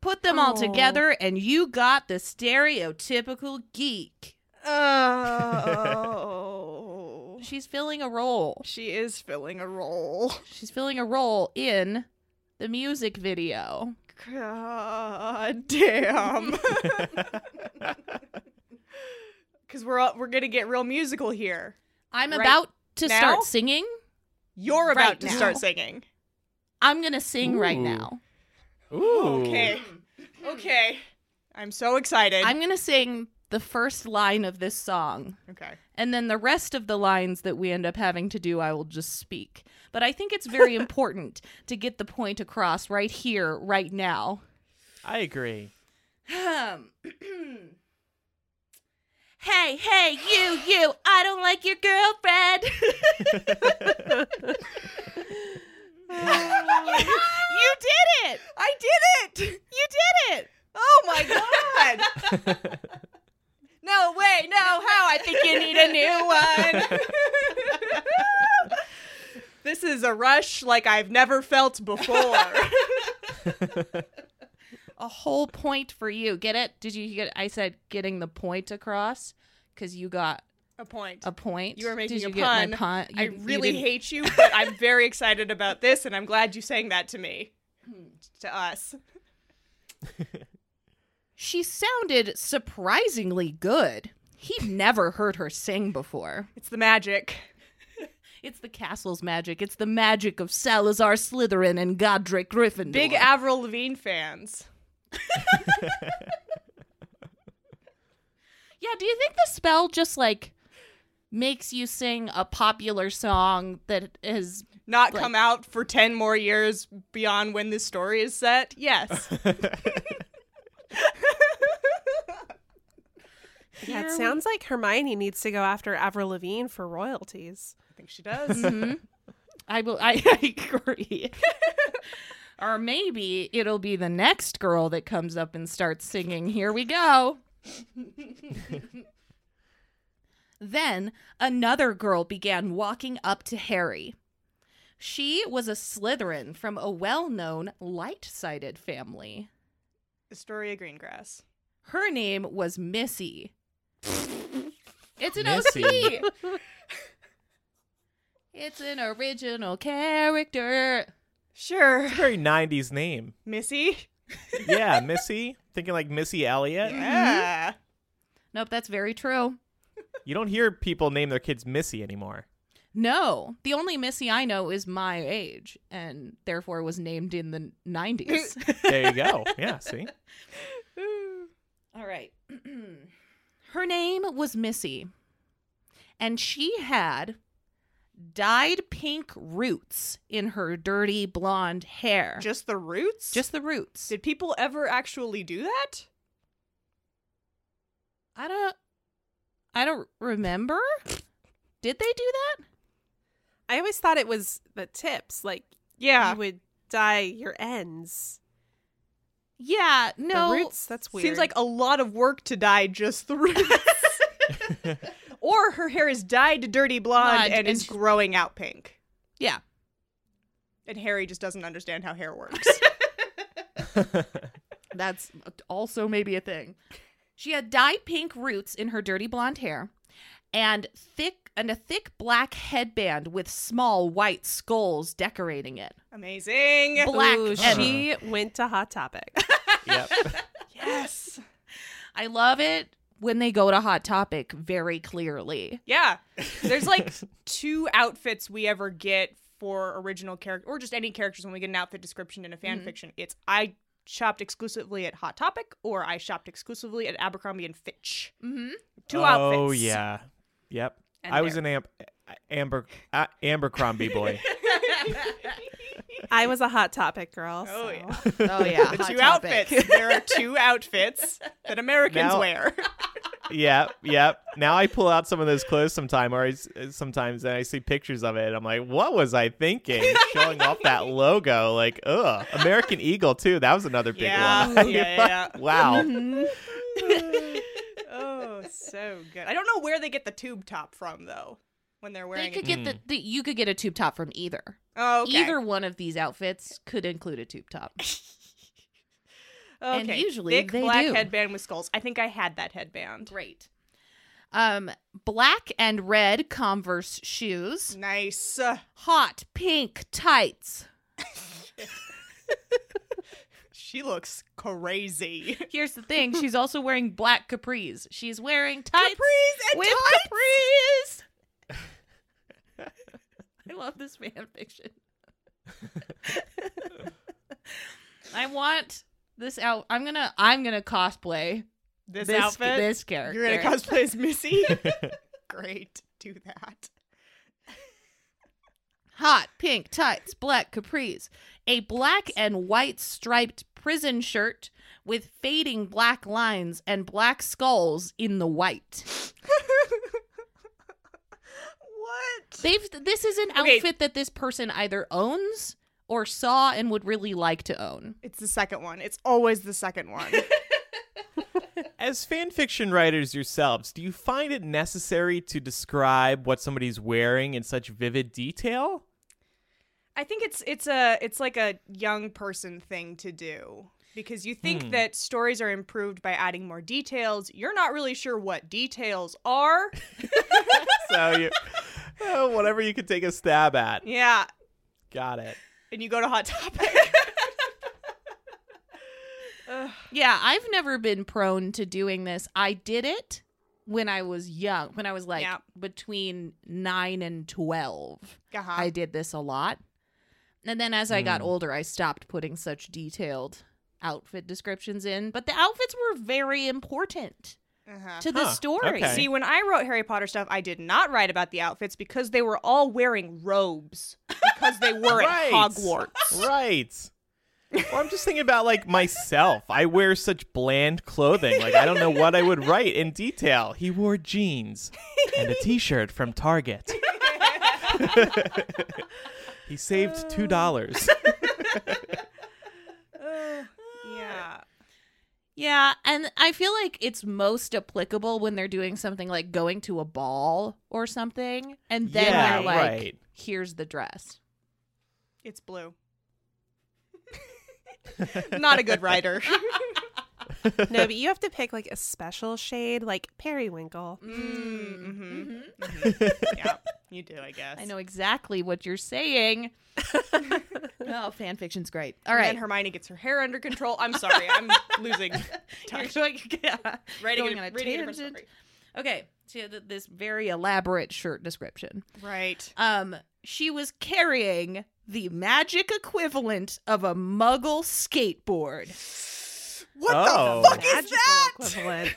put them all
Oh.
together and you got the stereotypical geek
Oh.
she's filling a role
she is filling a role.
she's filling a role in the music video
God damn. Cuz we're all, we're going to get real musical here.
i'm
Right
about to
now?
start singing
You're about
Right
to
now.
start singing.
i'm gonna sing right
Ooh.
now
Ooh.
Okay. Okay. I'm so excited.
i'm gonna sing the first line of this song
okay.
And then the rest of the lines that we end up having to do, I will just speak. But I think it's very important to get the point across right here, right now.
I agree.
hey, Um, hey, you, you, I don't like your girlfriend. you did it!
I did it.
You did it!
Oh my god! no way, no how. I think you need a new one. this is a rush like I've never felt before.
a whole point for you. Get it? Did you get? I said getting the point across because you got
A point.
a point.
you were making
Did
a
you get
pun.
my pun?
I
You- you
really
didn't-
hate you, but I'm very excited about this, and I'm glad you sang that to me.
Hmm.
to us.
She sounded surprisingly good. He'd never heard her sing before.
It's the magic.
It's the castle's magic. It's the magic of Salazar Slytherin and Godric Gryffindor.
Big Avril Lavigne fans.
Yeah, do you think the spell just like makes you sing a popular song that is
Not
Like-
come out for 10 more years beyond when this story is set? Yes.
Yeah, it sounds like Hermione needs to go after Avril Lavigne for royalties.
I think she does.
Hmm. I will I, I agree. or maybe it'll be the next girl that comes up and starts singing here we go. then another girl began walking up to Harry. She was a Slytherin from a well-known light-sided family.
Astoria Greengrass.
Her name was Missy. it's an
Missy.
OC. it's an original character.
Sure.
Very 90s name.
Missy?
Yeah, Missy. Thinking like Missy Elliott.
Mm-hmm.
Yeah.
Nope, that's very true.
You don't hear people name their kids Missy anymore.
No, the only Missy I know is my age and therefore was named in the 90s.
There you go. Yeah, see?
All right. Her name was Missy, and she had dyed pink roots in her dirty blonde hair.
Just the roots?
Just the roots.
Did people ever actually do that?
I don't I don't remember. Did they do that?
I always thought it was the tips, like
Yeah.
you would dye your ends.
Yeah,
the roots. That's weird.
Seems like a lot of work to dye just the roots. or her hair is dyed dirty blonde
Blonde,
and,
and
is
she-
growing out pink.
Yeah.
And Harry just doesn't understand how hair works.
That's also maybe a thing. She had dyed pink roots in her dirty blonde hair and thick and a thick black headband with small white skulls decorating it.
Amazing.
black
Ooh,
and-
she went to Hot Topic.
Yep.
Yes.
I love it when they go to hot topic very clearly.
Yeah. There's like two outfits we ever get for original character or just any characters when we get an outfit description in a
Mm-hmm.
fan fiction. It's I shopped exclusively at Hot Topic or I shopped exclusively at Abercrombie and Fitch.
Mhm.
Two
oh,
outfits.
yeah. Yep.
And
I was
there.
an amp- Amber uh, Abercrombie boy.
I was a Hot Topic girl.
Oh,
so.
yeah.
Oh yeah,
The two outfits. there are two outfits that Americans
Now-
wear.
yep, yep. Now I pull out some of those clothes sometime, or I s uh, sometimes, and I see pictures of it. I'm like, what was I thinking? Showing off that logo, like, ugh, American Eagle too. That was another big
Yeah,
one.
yeah, Mm-hmm. yeah, yeah.
wow.
Mm-hmm.
oh, so good. I don't know where they get the tube top from though. When they're
They
wearing
could
it.
get the, the you could get a tube top from either.
Oh, okay.
Either one of these outfits could include a tube top.
okay.
and usually
thick
they
black
do.
headband with skulls. I think I had that headband.
Great. Um, black and red Converse shoes,
Nice.
hot pink tights.
She looks crazy.
Here's the thing: she's also wearing black capris. She's wearing tights
Capris and
with
tights!
capris. I love this fan fiction. I want this out. I'm gonna. I'm gonna cosplay
This,
this
outfit.
This character.
You're gonna cosplay as Missy. Great. Do that.
hot pink tights, black capris, a black and white striped prison shirt with fading black lines and black skulls in the white.
What?
They've this is an
Okay.
outfit that this person either owns or saw and would really like to own.
It's the second one. It's always the second one.
As fan fiction writers yourselves, do you find it necessary to describe what somebody's wearing in such vivid detail?
I think it's it's a it's like a young person thing to do because you think that stories are improved by adding more details. You're not really sure what details are.
so you, oh, whatever you can take a stab at.
Yeah.
Got it.
And you go to Hot Topic.
Yeah, I've never been prone to doing this. I did it when I was young, when I was like
Yeah.
between 9 and 12.
uh-huh.
I did this a lot. And then as I got
Hmm.
older, I stopped putting such detailed outfit descriptions in, but the outfits were very important
uh-huh.
to the
Huh,
story.
okay.
See, when I wrote Harry Potter stuff, I did not write about the outfits because they were all wearing robes because they were
Right.
at Hogwarts.
Right. Well, I'm just thinking about like myself. I wear such bland clothing. Like I don't know what I would write in detail. He wore jeans and a t-shirt from Target. he saved two dollars.
Yeah.
Yeah, and I feel like it's most applicable when they're doing something like going to a ball or something, and then
Yeah,
they're like,
right.
"Here's the dress."
It's blue. not a good writer.
no, but you have to pick like a special shade, like periwinkle.
Mm-hmm.
Mhm.
Yeah, you do, I guess.
I know exactly what you're saying. oh, fan fiction's great. All
And
right,
then Hermione gets her hair under control. I'm sorry, I'm losing touch.
You're like, yeah,
Writing,
going
a,
on a
writing a different
tangent.
story.
Okay, so th- this very elaborate shirt description.
Right.
Um, she was carrying the magic equivalent of a Muggle skateboard.
What oh.
Magical equivalent.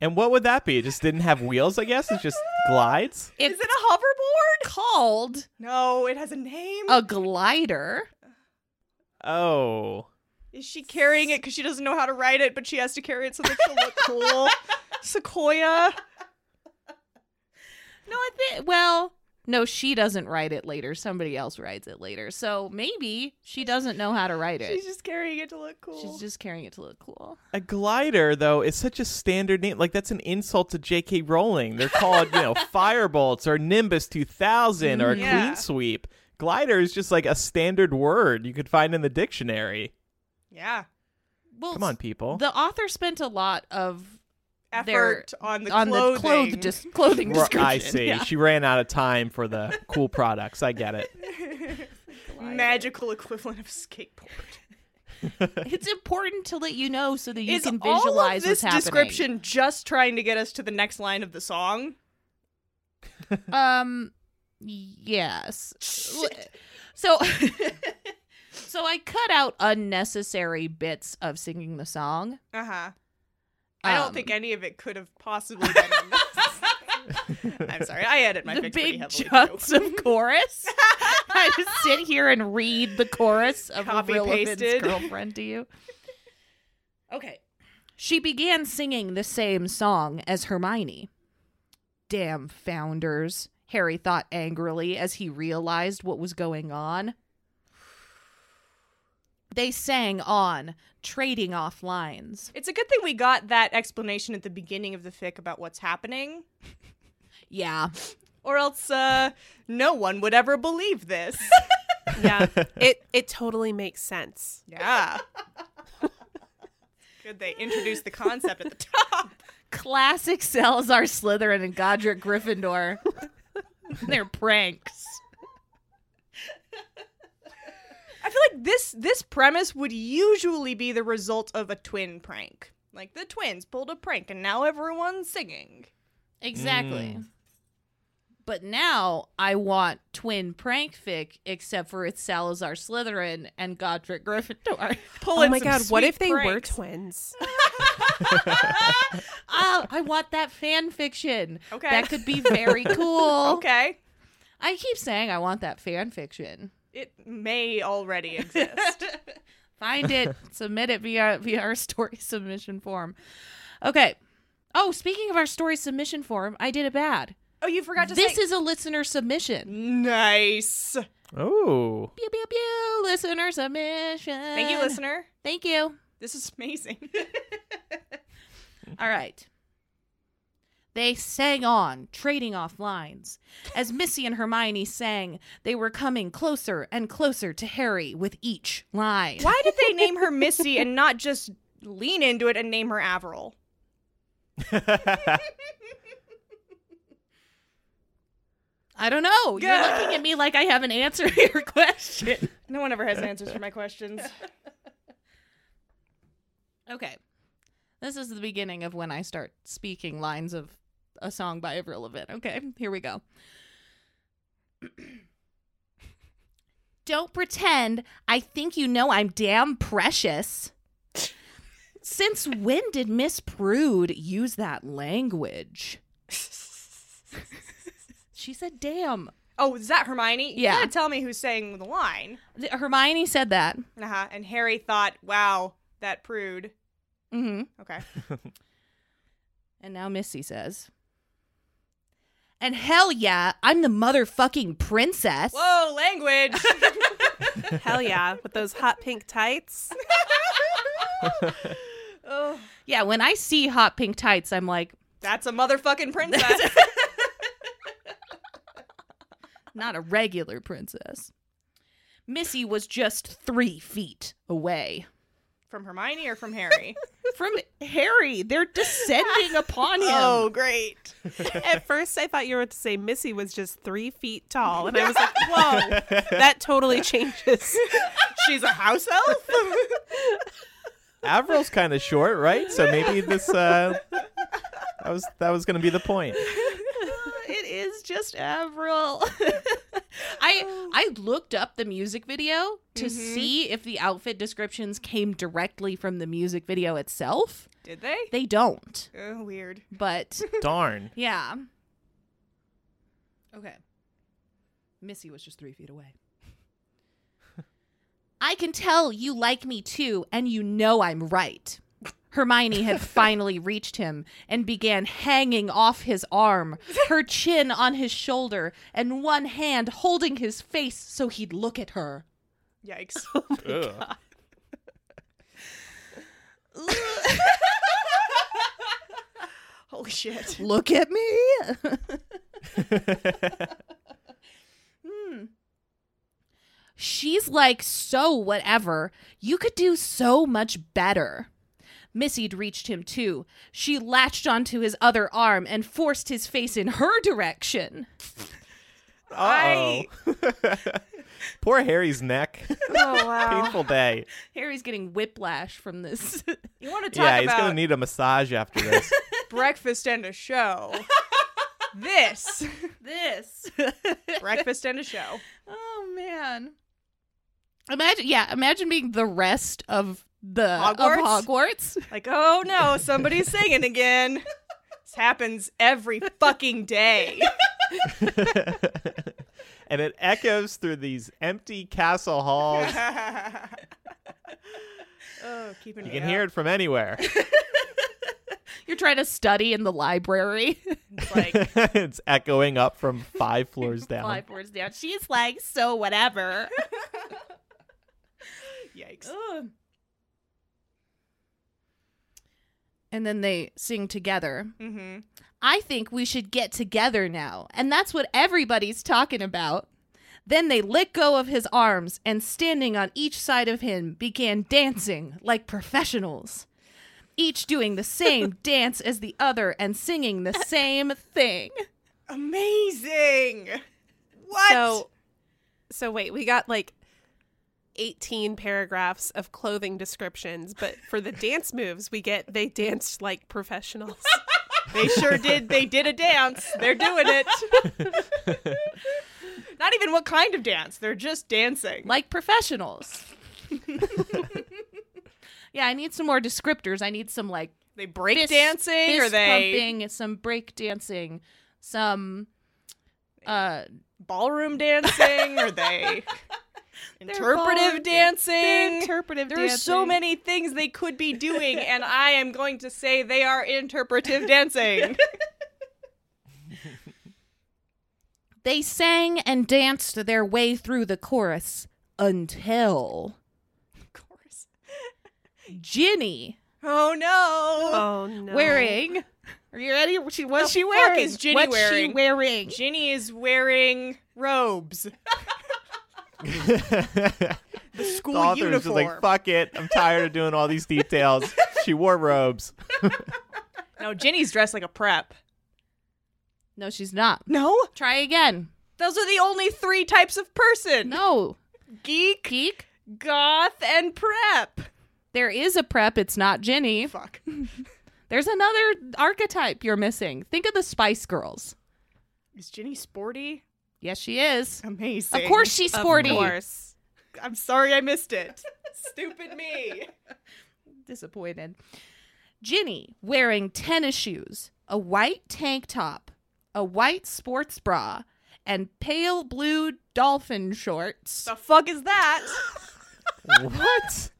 And what would that be? It just didn't have wheels, I guess? It just glides?
Is it a hoverboard? Called
No, it has a name.
a glider.
Oh.
Is she carrying it because she doesn't know how to write it, but she has to carry it so that she'll look cool? Sequoia.
No, I think. Well, no, she doesn't write it later. Somebody else writes it later. So maybe she doesn't know how to write it.
She's just carrying it to look cool.
She's just carrying it to look cool.
A glider, though, is such a standard name. Like, that's an insult to J.K. Rowling. They're called, you know, Firebolts or Nimbus 2000
Mm,
or a
Yeah.
Clean Sweep. Glider is just like a standard word you could find in the dictionary.
yeah.
Well,
Come on, people.
The author spent a lot of their-
Effort on the
on
clothing.
the clothes dis- clothing
Ru-
description.
I see.
Yeah.
She ran out of time for the cool products. I get it.
magical equivalent of skateboard.
It's important to let you know so that you
Is
can
all of
visualize
this
what's happening.
description just trying to get us to the next line of the song?
Um yes. So so I cut out unnecessary bits of singing the song.
Uh huh. I don't
Um,
think any of it could have possibly been. in this. I'm sorry, I edit my
the
fic pretty
big
heavily, too.
chunks of chorus. I just sit here and read the chorus of
Copy
Relevance's
pasted.
girlfriend to you. Okay. She began singing the same song as Hermione. Damn founders, Harry thought angrily as he realized what was going on. They sang on, trading off lines.
It's a good thing we got that explanation at the beginning of the fic about what's happening,
Yeah.
or else uh, no one would ever believe this.
yeah, it it totally makes sense.
yeah. Good they introduced the concept at the top.
classic Salazar Slytherin and Godric Gryffindor. They're pranks.
I feel like this this premise would usually be the result of a twin prank. Like the twins pulled a prank and now everyone's singing.
Exactly.
Mm.
But now I want twin prank fic, except for it's Salazar Slytherin and Godric Gryffindor.
Pull
Oh my god, what if they were twins?
oh, I want that fan fiction.
Okay.
That could be very cool.
Okay.
I keep saying I want that fan fiction.
It may already exist.
Find it, submit it via via our story submission form. Okay. Oh, speaking of our story submission form, I did it bad.
oh, you forgot to
this
say
is a listener submission.
Mm. Nice.
Oh.
Pew, pew, pew, listener submission.
Thank you, listener.
Thank you.
This is amazing.
All right. They sang on, trading off lines. As Missy and Hermione sang, they were coming closer and closer to Harry with each line.
Why did they name her Missy and not just lean into it and name her Averil?
I don't know. You're
Gah.
looking at me like I have an answer to your question.
No one ever has answers for my questions.
Okay. This is the beginning of when I start speaking lines of a song by Irrelevant. Okay, here we go. Don't pretend I think you know I'm damn precious. Since when did Miss Prude use that language? she said damn.
Oh, is that Hermione? You
Yeah.
gotta tell me who's saying the line.
Th- Hermione said that.
Uh-huh. And Harry thought, wow, that prude.
Mm-hmm.
Okay.
And now Missy says, And hell yeah, I'm the motherfucking princess.
Whoa, language.
Hell yeah, with those hot pink tights.
oh,
Yeah, when I see hot pink tights, I'm like,
that's a motherfucking princess.
not a regular princess. Missy was just three feet away
from Hermione or from Harry?
from Harry. They're descending upon him.
Oh, great.
At first, I thought you were to say Missy was just three feet tall, and I was like, whoa, that totally changes.
She's a house elf?
Avril's kind of short, right? So maybe this uh that was that was going to be the point.
it is just Avril. I I looked up the music video to see if the outfit descriptions came directly from the music video itself.
Did they?
They don't.
Oh, weird.
But
Darn.
Yeah. Okay. Missy was just three feet away. I can tell you like me too, and you know I'm right. Hermione had finally reached him and began hanging off his arm, her chin on his shoulder, and one hand holding his face so he'd look at her.
Yikes.
Ugh.
Holy shit.
Look at me. Hmm. She's like, so whatever. You could do so much better. Missy'd reached him too. She latched onto his other arm and forced his face in her direction.
Uh-oh. Poor Harry's neck.
Oh, wow.
Painful day.
Harry's getting whiplash from this.
You want to talk
Yeah, he's
about
going to need a massage after this.
breakfast and a show? this.
this.
breakfast and a show.
oh man. Imagine yeah, imagine being the rest of the
Hogwarts?
of Hogwarts.
Like, oh no, somebody's singing again. This happens every fucking day.
and it echoes through these empty castle halls.
oh, keeping
You can hear it from anywhere.
You're trying to study in the library.
Like,
it's echoing up from five floors down.
Five words down. She's like, so whatever.
yikes.
and then they sing together.
Mm-hmm.
I think we should get together now. And that's what everybody's talking about. Then they let go of his arms and standing on each side of him began dancing like professionals. Each doing the same dance as the other and singing the same thing.
Amazing. What?
So, so wait, we got like 18 paragraphs of clothing descriptions, but for the dance moves, we get they danced like professionals.
they sure did. They did a dance. They're doing it. Not even what kind of dance. They're just dancing.
like professionals. yeah, I need some more descriptors. I need some like
they break
fist,
dancing or
fist
they
pumping, some break dancing, some uh
ballroom dancing or they
ballroom-
interpretive dancing.
Interpretive
There are so many things they could be doing, and I am going to say they are interpretive dancing.
they sang and danced their way through the chorus until
of course.
Ginny
Oh no!
Oh no.
wearing or Are you ready? What she, what's she
fuck
wearing?
is Ginny
what's she
wearing?
wearing?
Ginny is wearing robes.
the
school
author was just like,
uniform.
"Fuck it, I'm tired of doing all these details." she wore robes.
No, Ginny's dressed like a prep.
No, she's not.
No?
Try again.
Those are the only three types of person
No,
geek,
geek.
goth, and prep.
There is a prep. It's not Ginny.
Fuck.
There's another archetype you're missing. Think of the Spice Girls.
Is Ginny sporty?
Yes, she is.
Amazing.
Of course, she's sporty.
Of course.
I'm sorry I missed it. Stupid me.
disappointed. Ginny wearing tennis shoes, a white tank top, a white sports bra, and pale blue dolphin shorts.
The fuck is that?
what?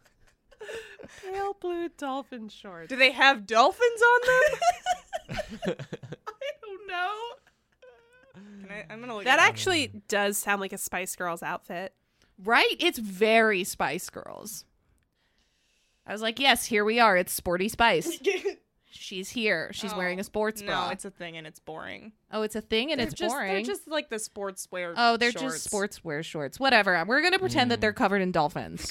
Pale blue dolphin shorts.
Do they have dolphins on them? I don't know. Can I, I'm gonna look
That
it up.
actually does sound like a Spice Girls outfit.
Right? It's very Spice Girls. I was like, yes, here we are. It's Sporty Spice. She's here. She's
Oh,
wearing a sports bra.
No, it's a thing and it's boring.
oh, it's a thing and
They're
it's
just, They're
boring.
just like the sportswear.
oh, they're
shorts.
just sportswear shorts. Whatever. We're going to pretend that they're covered in dolphins.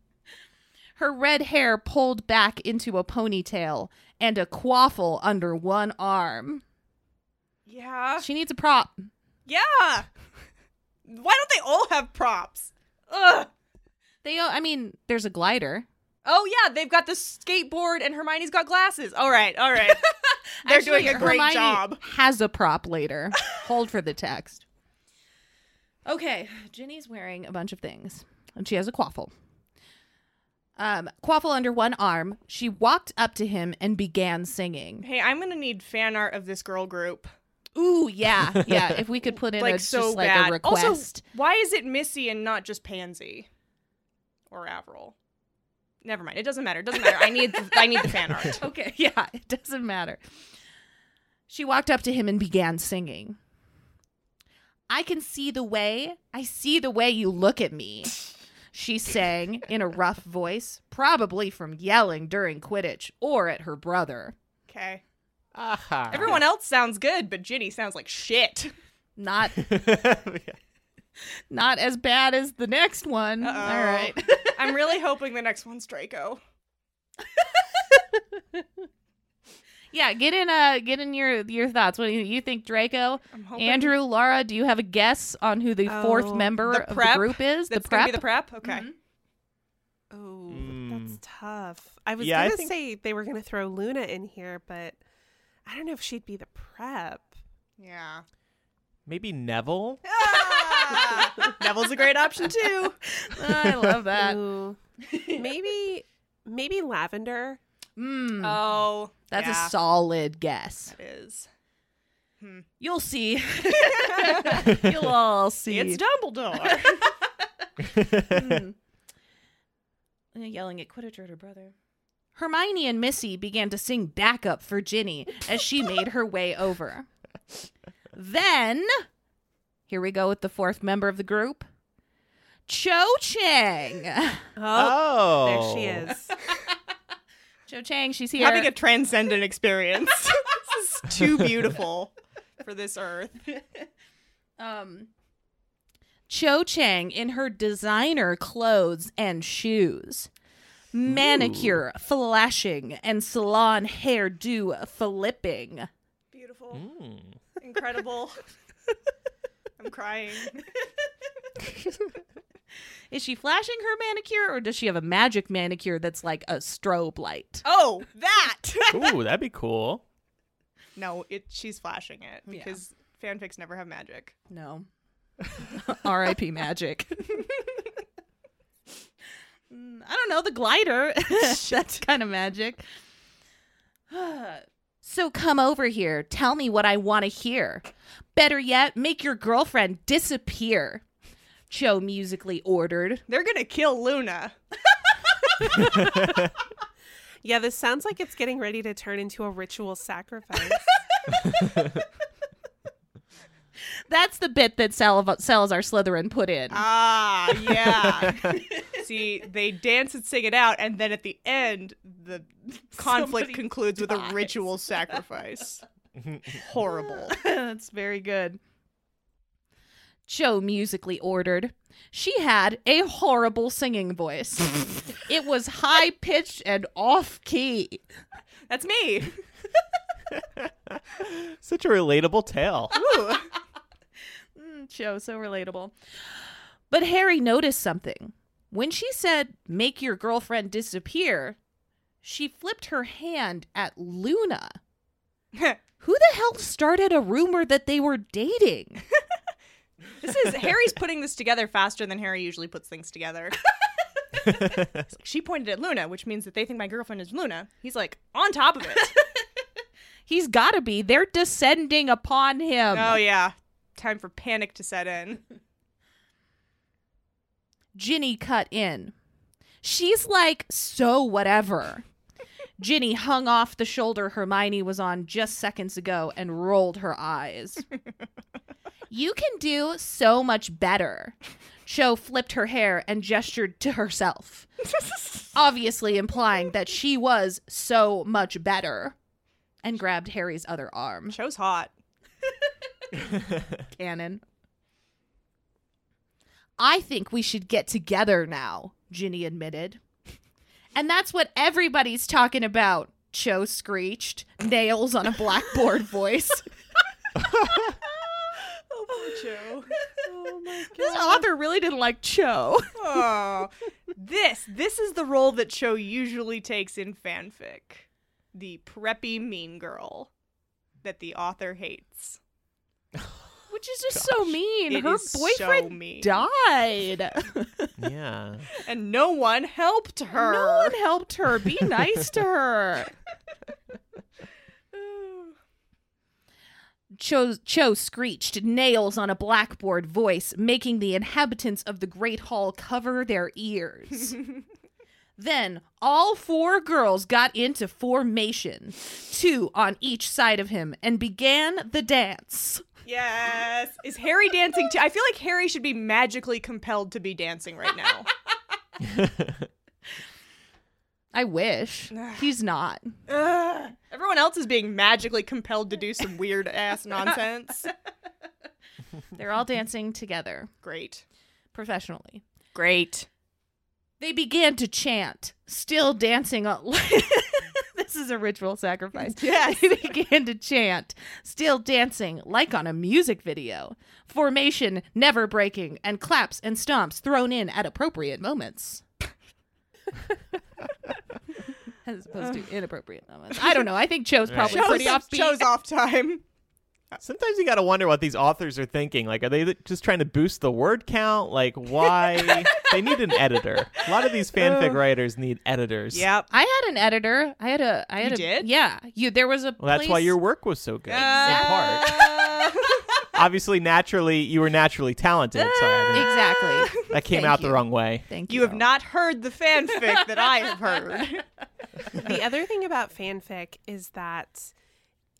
her red hair pulled back into a ponytail and a quaffle under one arm.
Yeah.
She needs a prop.
Yeah. Why don't they all have props? Ugh.
They, I mean, there's a glider.
Oh yeah, they've got the skateboard and Hermione's got glasses. All right, all right. They're
Actually,
doing a great
Hermione
job.
Has a prop later. Hold for the text. Okay, Ginny's wearing a bunch of things, and she has a quaffle. Um, quaffle under one arm. She walked up to him and began singing.
Hey, I'm gonna need fan art of this girl group.
Ooh, yeah, yeah. If we could put in
like
a,
so
just like
bad.
a request.
Also, why is it Missy and not just Pansy or Avril? Never mind. It doesn't matter. It doesn't matter. I need the, I need the fan art.
okay, yeah, it doesn't matter. She walked up to him and began singing. I can see the way, I see the way you look at me. She sang in a rough voice, probably from yelling during Quidditch or at her brother.
Okay.
Aha.
Everyone else sounds good, but Ginny sounds like shit.
Not not as bad as the next one.
Uh-oh.
All right.
I'm really hoping the next one's Draco.
yeah, get in uh get in your your thoughts. What do you, you think Draco?
I'm hoping
Andrew, Laura, do you have a guess on who the
Oh,
fourth member
the
of the
prep
group is?
that's
the prep?
gonna be the prep. Okay.
Mhm.
Oh,
Mm.
that's tough. I was
Yeah, I
gonna
think-
say they were gonna throw Luna in here, but I don't know if she'd be the prep.
Mm-hmm.
Yeah.
Maybe Neville.
Neville's a great option too.
Mm-hmm. I love that.
Ooh. maybe maybe Lavender.
Mm,
Oh,
that's
yeah,
a solid guess.
it is.
You'll see. You'll all see.
It's Dumbledore.
Mm. Uh, Yelling at Quidditch at her brother. Hermione and Missy began to sing backup for Ginny as she made her way over. Then, here we go with the fourth member of the group, Cho Chang.
there
oh,
she is.
Cho Chang, she's here.
Having a transcendent experience. this is too beautiful for this earth.
um Cho Chang in her designer clothes and shoes. Manicure flashing and salon hairdo flipping.
Beautiful,
Mm.
incredible. I'm crying.
Is she flashing her manicure or does she have a magic manicure that's like a strobe light?
Oh, that.
Ooh, that'd be cool.
no, it. She's flashing it
Yeah.
because fanfics never have magic.
No. R.I.P. magic. Mm, I don't know, the glider. That's kind of magic. so come over here. Tell me what I want to hear. Better yet, make your girlfriend disappear. Cho musically ordered.
They're gonna kill Luna.
Yeah, this sounds like it's getting ready to turn into a ritual sacrifice.
That's the bit that Sal- Salazar Slytherin put in.
Ah, yeah. See, they dance and sing it out, and then at the end, the conflict
Somebody
concludes with
dies.
a ritual sacrifice. Horrible.
That's very good. Joe musically ordered. She had a horrible singing voice. it was high pitched and off key.
That's me.
Such a relatable tale.
Joe, so relatable. But Harry noticed something. When she said, make your girlfriend disappear, she flipped her hand at Luna. Who the hell started a rumor that they were dating?
This is Harry's putting this together faster than Harry usually puts things together. she pointed at Luna, which means that they think my girlfriend is Luna. He's like on top of it.
He's got to be. They're descending upon him.
oh yeah, time for panic to set in.
Ginny cut in. She's like, so whatever. Ginny hung off the shoulder Hermione was on just seconds ago and rolled her eyes. you can do so much better. Cho flipped her hair and gestured to herself, obviously implying that she was so much better, and grabbed Harry's other arm.
Show's hot.
Cannon. I think we should get together now, Ginny admitted. And that's what everybody's talking about, Cho screeched, nails on a blackboard voice.
Oh, Show.
this author really didn't like Cho.
Oh, this this is the role that Cho usually takes in fanfic, the preppy mean girl that the author hates.
Which is just so mean.
It
Her
is so
boyfriend
mean.
died.
yeah.
And no one helped her.
No one helped her. Be nice to her. Cho, Cho screeched, nails on a blackboard voice, making the inhabitants of the Great Hall cover their ears. then all four girls got into formation, two on each side of him, and began the dance.
Yes. Is Harry dancing too? I feel like Harry should be magically compelled to be dancing right now.
I wish. He's not.
Ugh. Everyone else is being magically compelled to do some weird ass nonsense.
They're all dancing together
Great.
professionally.
Great.
They began to chant, still dancing on. this is a ritual sacrifice.
Yes.
They began to chant, still dancing like on a music video. Formation never breaking, and claps and stomps thrown in at appropriate moments. As opposed to inappropriate moments. I don't know. I think Cho's probably
Cho's,
pretty offbeat.
Cho's off time.
Sometimes you got to wonder what these authors are thinking. Like, are they just trying to boost the word count? Like, why? they need an editor. A lot of these fanfic writers need editors.
Yep.
I had an editor. I had a. I had
You
a.
did?
Yeah. You. There was a.
Well, that's why
place-
your work was so good. In
Uh,
part. Obviously, naturally, you were naturally talented. Sorry, I didn't-
Exactly.
that came
Uh, thank
out the
you.
wrong way.
Thank you.
You have not heard the fanfic that I have heard.
the other thing about fanfic is that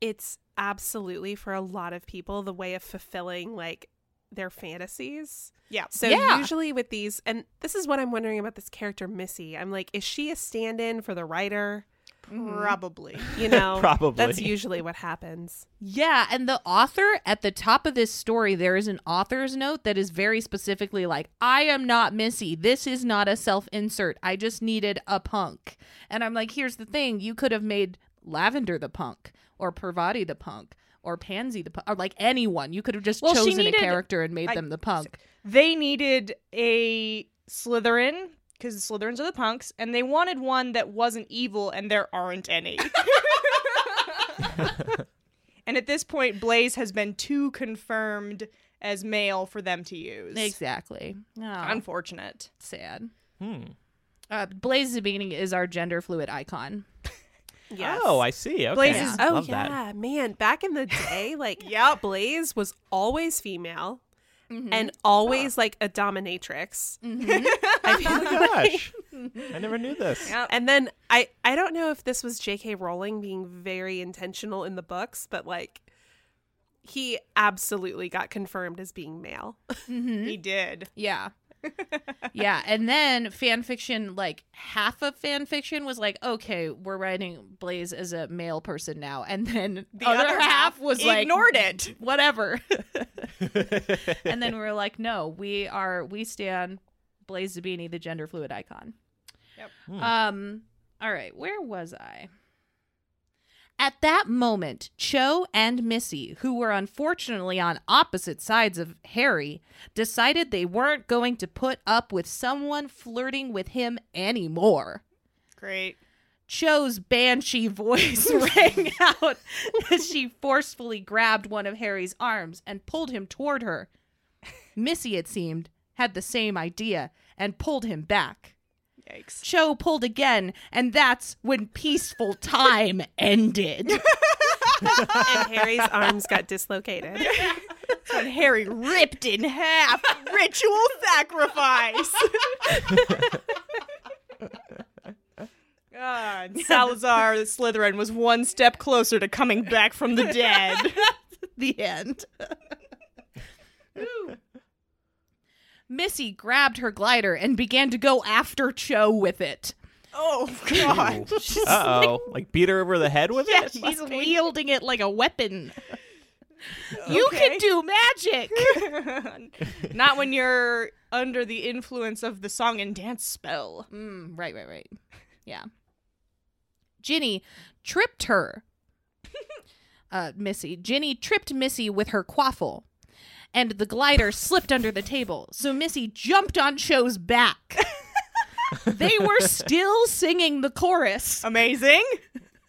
it's absolutely for a lot of people the way of fulfilling like their fantasies.
Yeah.
So
Yeah.
usually with these and this is what I'm wondering about this character Missy. I'm like is she a stand-in for the writer?
Mm-hmm.
Probably.
You know.
Probably.
That's usually what happens.
Yeah, and the author at the top of this story, there is an author's note that is very specifically like, I am not Missy. This is not a self insert. I just needed a punk. And I'm like, here's the thing you could have made Lavender the punk, or Parvati the punk, or Pansy the punk, or like anyone. You could have just
Well, she
chosen
needed-
a character and made
I-
them the punk.
They needed a Slytherin because the Slytherins are the punks, and they wanted one that wasn't evil, and there aren't any. and at this point, Blaze has been too confirmed as male for them to use.
Exactly. Oh,
Unfortunate.
sad. Hmm. Uh, Blaze Zabini is our gender fluid icon.
Yes.
Oh, I see. Okay.
Blaze is-
Oh
Love
yeah,
that.
man! Back in the day, like
Yep.
Blaze was always female
Mm-hmm.
and always like a dominatrix. I feel
Oh my gosh. I never knew this.
And then I I don't know if this was J.K. Rowling being very intentional in the books, but like he absolutely got confirmed as being male.
Mm-hmm.
He did.
Yeah. yeah, and then fan fiction, like half of fan fiction was like, okay, we're writing Blaze as a male person now, and then the other, half, was like,
ignored it.
whatever. and then we were like, no, we are we stand Blaze Zabini, the gender fluid icon.
Yep.
Hmm.
Um. All right, where was I? At that moment, Cho and Missy, who were unfortunately on opposite sides of Harry, decided they weren't going to put up with someone flirting with him anymore.
Great.
Cho's banshee voice rang out as she forcefully grabbed one of Harry's arms and pulled him toward her. Missy, it seemed, had the same idea and pulled him back.
Yikes.
Cho pulled again, and that's when peaceful time ended.
and Harry's arms got dislocated.
And Harry ripped in half. Ritual sacrifice. God, Salazar the Slytherin was one step closer to coming back from the dead.
the end. Missy grabbed her glider and began to go after Cho with it.
Oh God!
Uh oh. Like beat her over the head with it?
She's wielding it like a weapon. You can do magic.
Not when you're under the influence of the song and dance spell.
Mm, right, right, right. Yeah. Ginny tripped her. uh, Missy. Ginny tripped Missy with her quaffle, and the glider slipped under the table. So Missy jumped on Cho's back. they were still singing the chorus,
Uh, Amazing.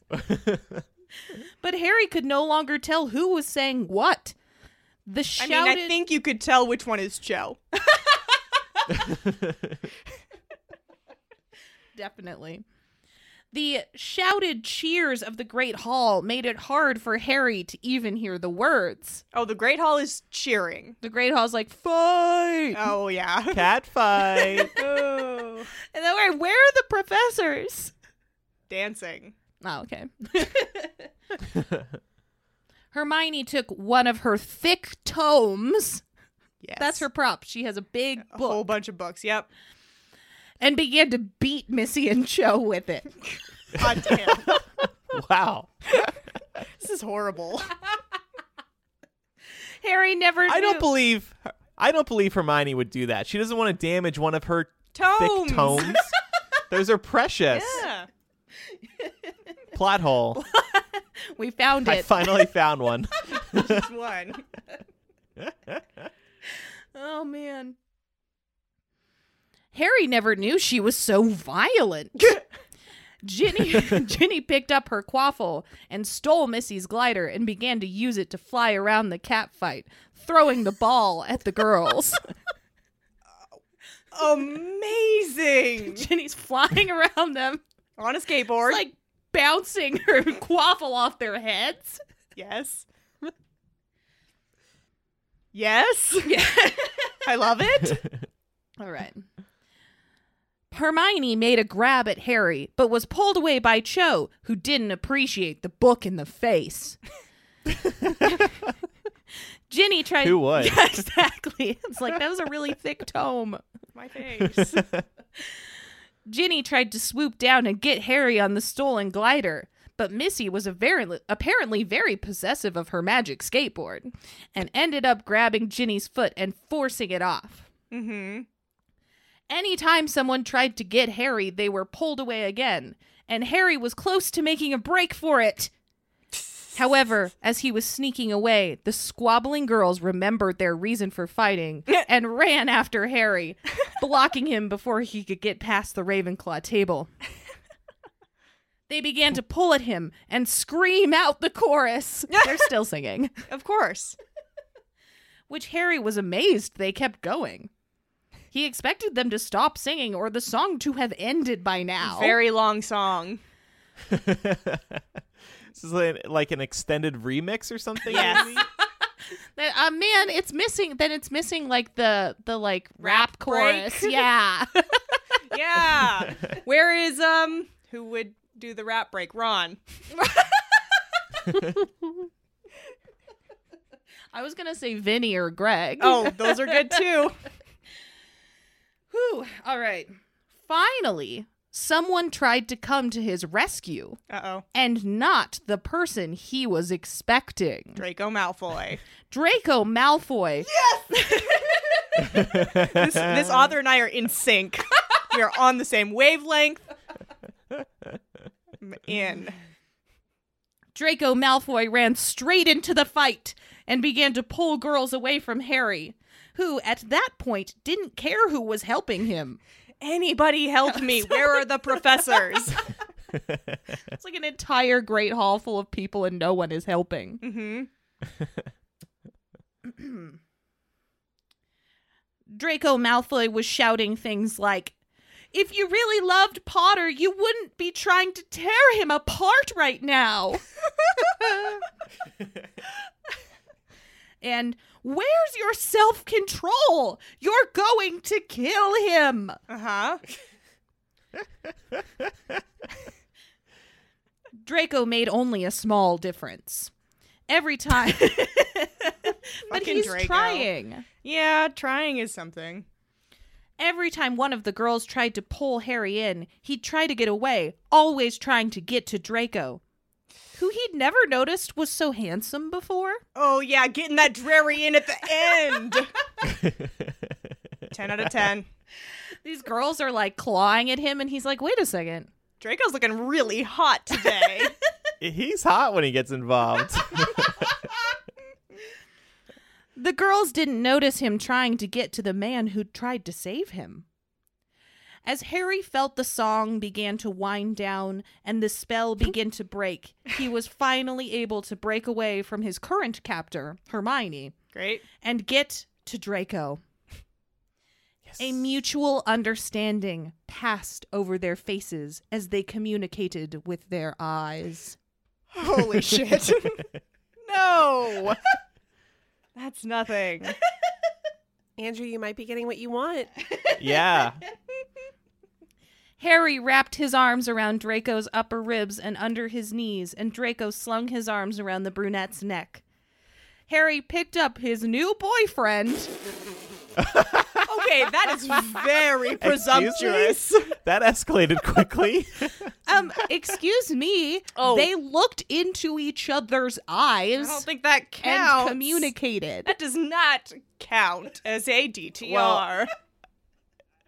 but Harry could no longer tell who was saying what. The
I
shouted,
mean, I think you could tell which one is Joe.
definitely. The shouted cheers of the great hall made it hard for Harry to even hear the words.
Oh, the Great Hall is cheering.
The Great Hall's like, fight!
Oh yeah.
Cat fight.
Oh.
And then we're like, where are the professors?
Dancing.
Oh, okay. Hermione took one of her thick tomes.
Yes.
That's her prop. She has a big
A
book
whole bunch of books. Yep.
and began to beat Missy and Cho with it.
God damn.
wow.
this is horrible.
Harry never.
I don't
knew-
believe I don't believe Hermione would do that. She doesn't want to damage one of her
Tomes.
thick tomes. Those are precious.
Yeah.
Plot hole.
We found
I
it.
finally found one.
Just one.
oh man. Harry never knew she was so violent. Ginny Ginny picked up her quaffle and stole Missy's glider and began to use it to fly around the cat fight, throwing the ball at the girls.
Amazing.
Ginny's flying around them,
On a skateboard.
like bouncing her quaffle off their heads.
yes. Yes.
Yeah.
I love it.
All right. Hermione made a grab at Harry, but was pulled away by Cho, who didn't appreciate the book in the face. Ginny tried.
Who would?
Yeah, exactly. It's like that was a really thick tome.
My face.
Ginny tried to swoop down and get Harry on the stolen glider, but Missy was aver- apparently very possessive of her magic skateboard and ended up grabbing Ginny's foot and forcing it off.
Mm-hmm.
Anytime someone tried to get Harry, they were pulled away again, and Harry was close to making a break for it. However, as he was sneaking away, the squabbling girls remembered their reason for fighting and ran after Harry, blocking him before he could get past the Ravenclaw table. They began to pull at him and scream out the chorus. They're still singing,
Of course.
which Harry was amazed they kept going. He expected them to stop singing or the song to have ended by now.
Very long song.
this is like, like an extended remix or something.
Yes.
maybe?
That- uh, man, it's missing. Then it's missing like the the like rap,
break.
chorus. Yeah,
Yeah. Where is um who would do the rap break? Ron.
I was gonna say Vinny or Greg.
Oh, those are good too.
Whew. All right. Finally, someone tried to come to his rescue
Uh oh.
and not the person he was expecting.
Draco Malfoy.
Draco Malfoy.
This, this author and I are in sync. We are on the same wavelength. I'm in.
Draco Malfoy ran straight into the fight and began to pull girls away from Harry, who at that point didn't care who was helping him.
Anybody help me? Where are the professors?
It's like an entire great hall full of people and no one is helping.
hmm
Draco Malfoy was shouting things like, If you really loved Potter, you wouldn't be trying to tear him apart right now. and where's your self control? You're going to kill him.
Uh huh.
Draco made only a small difference. Every time. but
Fucking
he's
Draco.
trying.
Yeah, trying is something.
Every time one of the girls tried to pull Harry in, he'd try to get away, always trying to get to Draco, who he'd never noticed was so handsome before.
Oh yeah, getting that dreary in at the end. ten out of ten.
These girls are like clawing at him, and he's like, wait a second.
Draco's looking really hot today.
He's hot when he gets involved.
The girls didn't notice him trying to get to the man who'd tried to save him. As Harry felt the song began to wind down and the spell begin to break, he was finally able to break away from his current captor, Hermione,
Great.
and get to Draco. A mutual understanding passed over their faces as they communicated with their eyes.
Holy shit. no. That's nothing.
Andrew, you might be getting what you want.
yeah.
Harry wrapped his arms around Draco's upper ribs and under his knees, and Draco slung his arms around the brunette's neck. Harry picked up his new boyfriend.
Okay, that is very presumptuous.
Excuse me? That escalated quickly.
Um, excuse me.
Oh.
They looked into each other's
I don't
eyes
think that
and
counts.
communicated.
that does not count as a DTR.
Well,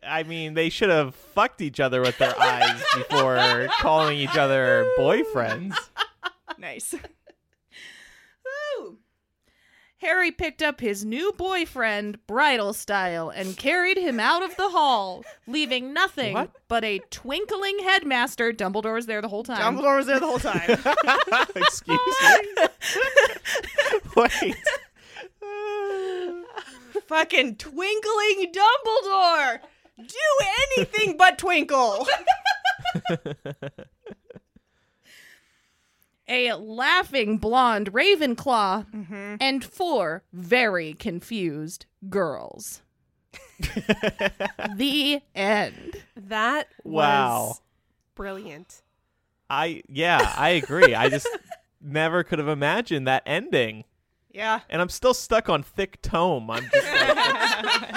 I mean, they should have fucked each other with their eyes before calling each other boyfriends.
nice.
Harry picked up his new boyfriend, bridal style, and carried him out of the hall, leaving nothing
What?
but a twinkling headmaster. Dumbledore was there the whole time.
Dumbledore was there the whole time.
Excuse me. Wait.
Fucking twinkling Dumbledore. Do anything but twinkle.
a laughing blonde Ravenclaw, and four very confused girls. the end.
That
Wow.
was brilliant.
I yeah, I agree. I just never could have imagined that ending.
Yeah.
And I'm still stuck on thick tome. I'm just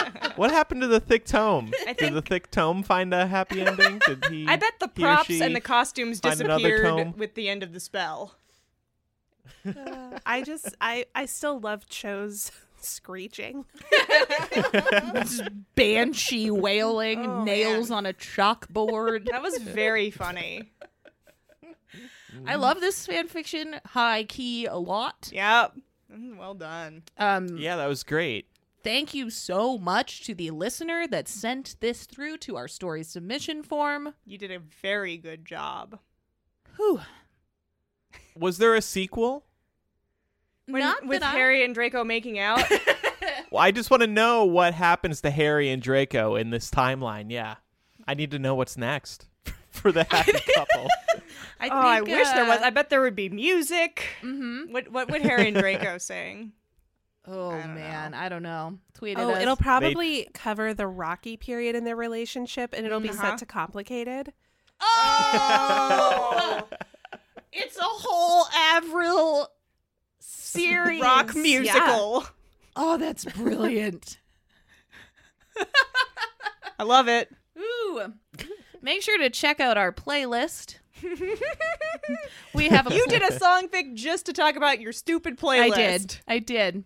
like, what happened to the thick tome?
I
Did the
think-
thick tome find a happy ending? Did he
I bet the
he or
props
she-
and the costumes
find another tome?
disappeared with the end of the spell.
I just I I still love Cho's screeching.
Banshee wailing,
Oh,
nails on a chalkboard.
That was very funny.
I love this fan fiction high key a lot.
Yep. Mm, Well done.
Um,
Yeah, that was great.
Thank you so much to the listener that sent this through to our story submission form.
You did a very good job.
Whew.
Was there a sequel?
When,
Not
with
that I-
Harry and Draco making out. Oh,
Well, I just want to know what happens to Harry and Draco in this timeline. Yeah. I need to know what's next for the happy couple.
I
oh, I
think,
wish there was.
uh,
I bet there would be music.
mhm.
What what would Harry and Draco sing?
Oh
don't
man, I don't know. Tweeted
Oh,
us.
it'll probably cover the rocky period in their relationship and it'll be
Uh-huh.
set to complicated.
Oh, it's a whole Avril
serious rock musical.
Oh, that's brilliant.
I love it.
Ooh. Make sure to check out our playlist. we have a
You did a song pick just to talk about your stupid
I
playlist.
did. I did.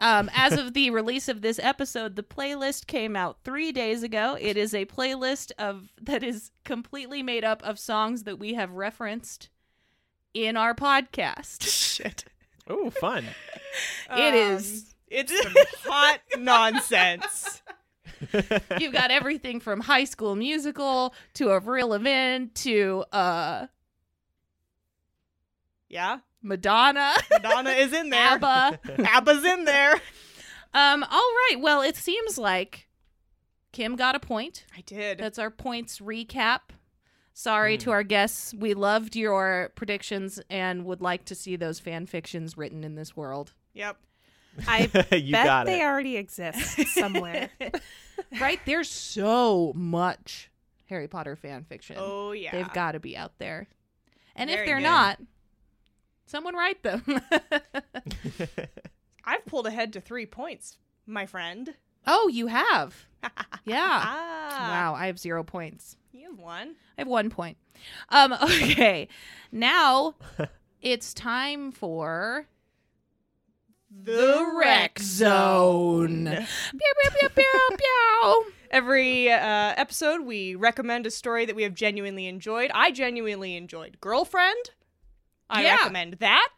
Um, as of the release of this episode, the playlist came out three days ago. It is a playlist of that is completely made up of songs that we have referenced in our podcast.
Shit. Um,
Oh, fun.
It is.
It's some hot nonsense.
You've got everything from High School Musical to a real event to uh,
Yeah,
Madonna,
Madonna is in there.
ABBA.
ABBA's in there.
Um, all right. Well, it seems like Kim got a point.
I did.
That's our points recap. Sorry to our guests. We loved your predictions and would like to see those fan fictions written in this world.
yep.
I
you
bet
got
they
it.
already exist somewhere.
right? There's so much Harry Potter fan fiction.
Oh yeah.
They've got to be out there. And if
Very
they're
good.
not, someone write them.
I've pulled ahead to three points, my friend.
oh, you have. Yeah.
Ah.
Wow, I have zero points.
You have one.
I have one point. Um, okay. Now it's time for
The
Rec Zone. Pew, pew, pew, pew, pew.
Every uh, episode, we recommend a story that we have genuinely enjoyed. I genuinely enjoyed Girlfriend. I
Yeah.
recommend that.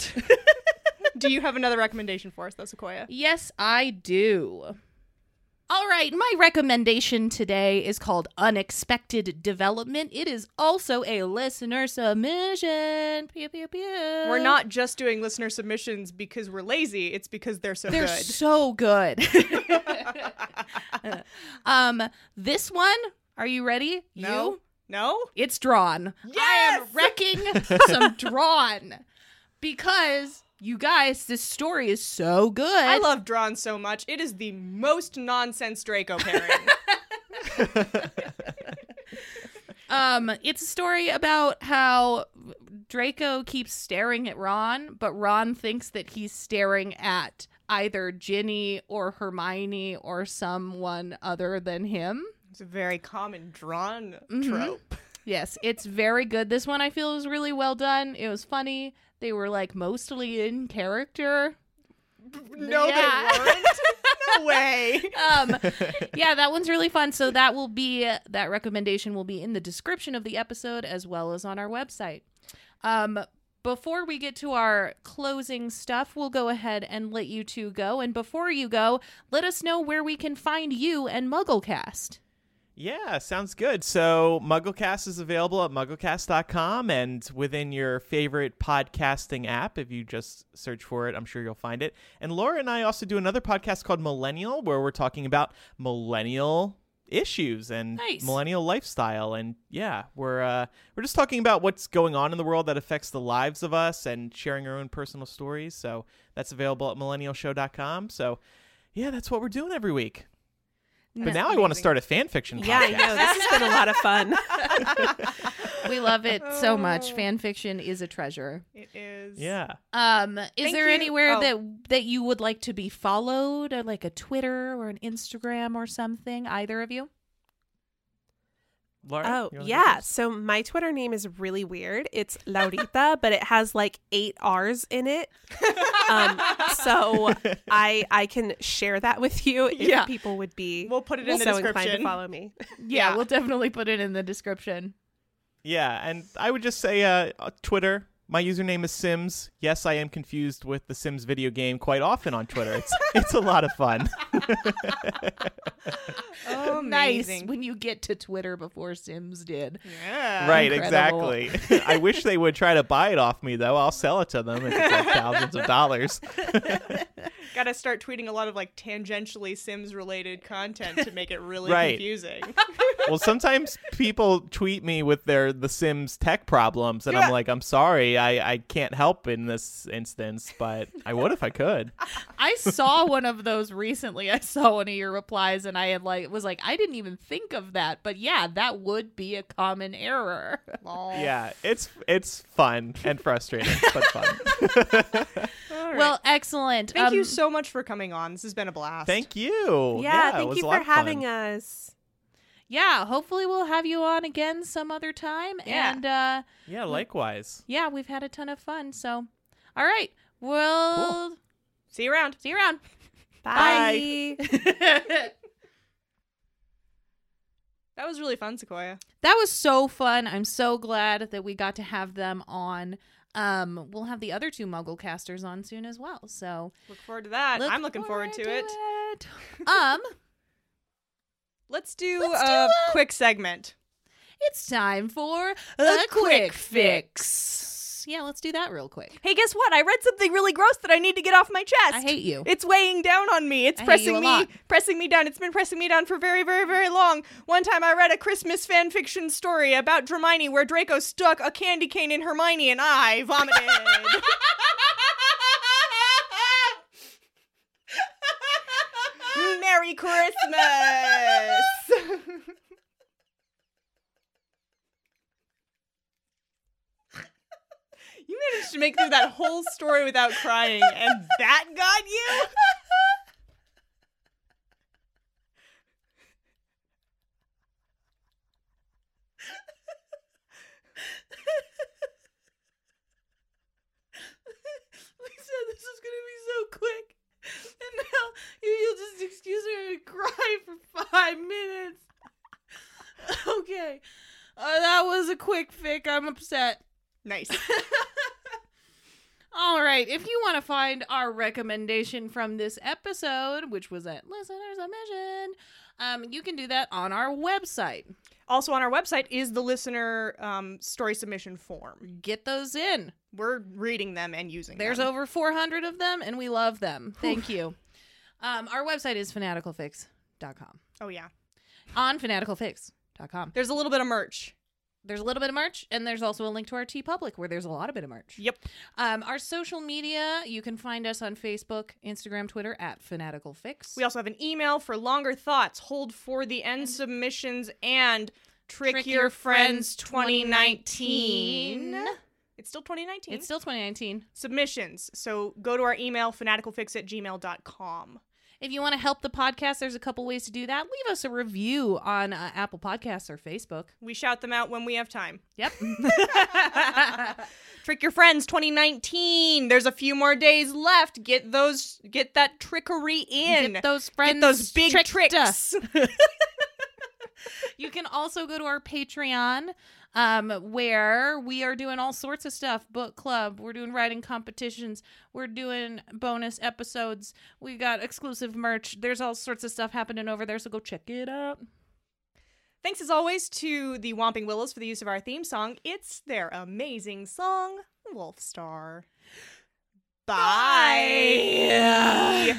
Do you have another recommendation for us, though, Sequoia?
Yes, I do. All right, my recommendation today is called Unexpected Development. It is also a listener submission. Pew, pew, pew.
We're not just doing listener submissions because we're lazy, it's because they're so
They're
good.
so good. um, this one, are you ready?
no?
You?
No?
It's drawn. I am
Yes!
wrecking some drawn because you guys, this story is so good.
I love Drawn so much. It is the most nonsense Draco pairing.
Um, it's a story about how Draco keeps staring at Ron, but Ron thinks that he's staring at either Ginny or Hermione or someone other than him.
it's a very common Drawn
Mhm.
trope.
Yes, it's very good. This one I feel was really well done. It was funny. They were like mostly in character.
No,
Yeah.
they weren't. No way.
um yeah that one's really fun so that will be that recommendation will be in the description of the episode as well as on our website um before we get to our closing stuff we'll go ahead and let you two go and before you go let us know where we can find you and mugglecast
Yeah, sounds good. So MuggleCast is available at mugglecast.com and within your favorite podcasting app. If you just search for it, I'm sure you'll find it. And Laura and I also do another podcast called Millennial, where we're talking about millennial issues and
Nice.
millennial lifestyle. And yeah, we're uh, we're just talking about what's going on in the world that affects the lives of us and sharing our own personal stories. So that's available at millennialshow.com. So yeah, that's what we're doing every week. But now I want to start a fan fiction podcast.
yeah, I know. This has been a lot of fun.
we love it so much
Oh.
fan fiction is a treasure
It is.
Yeah.
um is
Thank
there
you.
anywhere
Oh.
that that you would like to be followed or like a twitter or an instagram or something either of you
Laura,
Oh,
you wanna go
yeah.
first?
So my Twitter name is really weird. It's Laurita, but it has like eight R's in it. Um, so I I can share that with you if
Yeah.
people would be
We'll put it in the
so inclined to
description.
follow me.
yeah,
Yeah.
we'll definitely put it in the description.
Yeah, and I would just say uh, uh, Twitter. My username is Sims. Yes, I am confused with the Sims video game quite often on Twitter. It's it's a lot of fun.
Nice when you get to Twitter before Sims did.
Yeah.
right,
Incredible.
exactly. I wish they would try to buy it off me though. I'll sell it to them if it's like thousands of dollars.
Gotta start tweeting a lot of like tangentially Sims related content to make it really
Right.
confusing.
well, sometimes people tweet me with their The Sims tech problems, and
Yeah.
I'm like, I'm sorry, I, I can't help in this instance, but I would if I could.
I saw one of those recently. I saw one of your replies, and I had like was like, I didn't even think of that, but yeah, that would be a common error.
Yeah, it's it's fun and frustrating, but fun.
Well, excellent.
Thank you
Um,
so much for coming on. This has been a blast.
Thank you.
yeah,
it
thank
was
you
a lot
for
of fun.
having us.
yeah, hopefully we'll have you on again some other time.
Yeah.
And uh,
Yeah, likewise.
yeah, we've had a ton of fun. So, all right, we'll
See you around.
see you around.
Bye.
That was really fun, Sequoia.
that was so fun. I'm so glad that we got to have them on. Um, we'll have the other two Muggle casters on soon as well. So
Look forward to that.
look
I'm looking forward, to it.
it. um,
Let's do
Let's do
a
a-
quick segment.
it's time for a,
quick
fix. Yeah, let's do that real quick.
Hey, guess what? I read something really gross that I need to get off my chest.
I hate you.
It's weighing down on me. It's
I hate you
pressing
a
me,
lot.
pressing me down. It's been pressing me down for very, very, very long. One time I read a Christmas fan fiction story about Dramini where Draco stuck a candy cane in Hermione and I vomited. Merry Christmas. you managed to make through that whole story without crying, and that got you?
We said this was gonna be so quick, and now you, you'll just excuse her and cry for five minutes. Okay, uh, that was a quick fic. I'm upset.
Nice.
All right, if you want to find our recommendation from this episode, which was at Listener Submission, um, you can do that on our website.
Also on our website is the listener um, story submission form.
Get those in.
We're reading them and using
There's
them.
over 400 of them, and we love them. Thank you. Um, our website is fanaticalfix.com.
oh yeah.
On fanaticalfix.com.
There's a little bit of merch.
There's a little bit of merch, and there's also a link to our T Public where there's a lot of bit of merch.
Yep.
Um, our social media, you can find us on Facebook, Instagram, Twitter at fanaticalfix.
We also have an email for longer thoughts. Hold for the end submissions and trick, your friends 2019. It's still 2019.
It's still 2019.
submissions. So go to our email fanaticalfix at gmail.com.
If you want to help the podcast, there's a couple ways to do that. Leave us a review on uh, Apple Podcasts or Facebook.
We shout them out when we have time.
Yep.
Trick your friends 2019. There's a few more days left. Get those get that trickery in.
Get those friends.
Get those big
tricked us.
tricks.
You can also go to our Patreon, um, where we are doing all sorts of stuff book club, we're doing writing competitions, we're doing bonus episodes, we got exclusive merch. There's all sorts of stuff happening over there, so go check it out.
Thanks as always to the Whomping Willows for the use of our theme song. It's their amazing song, Wolf Star. Bye.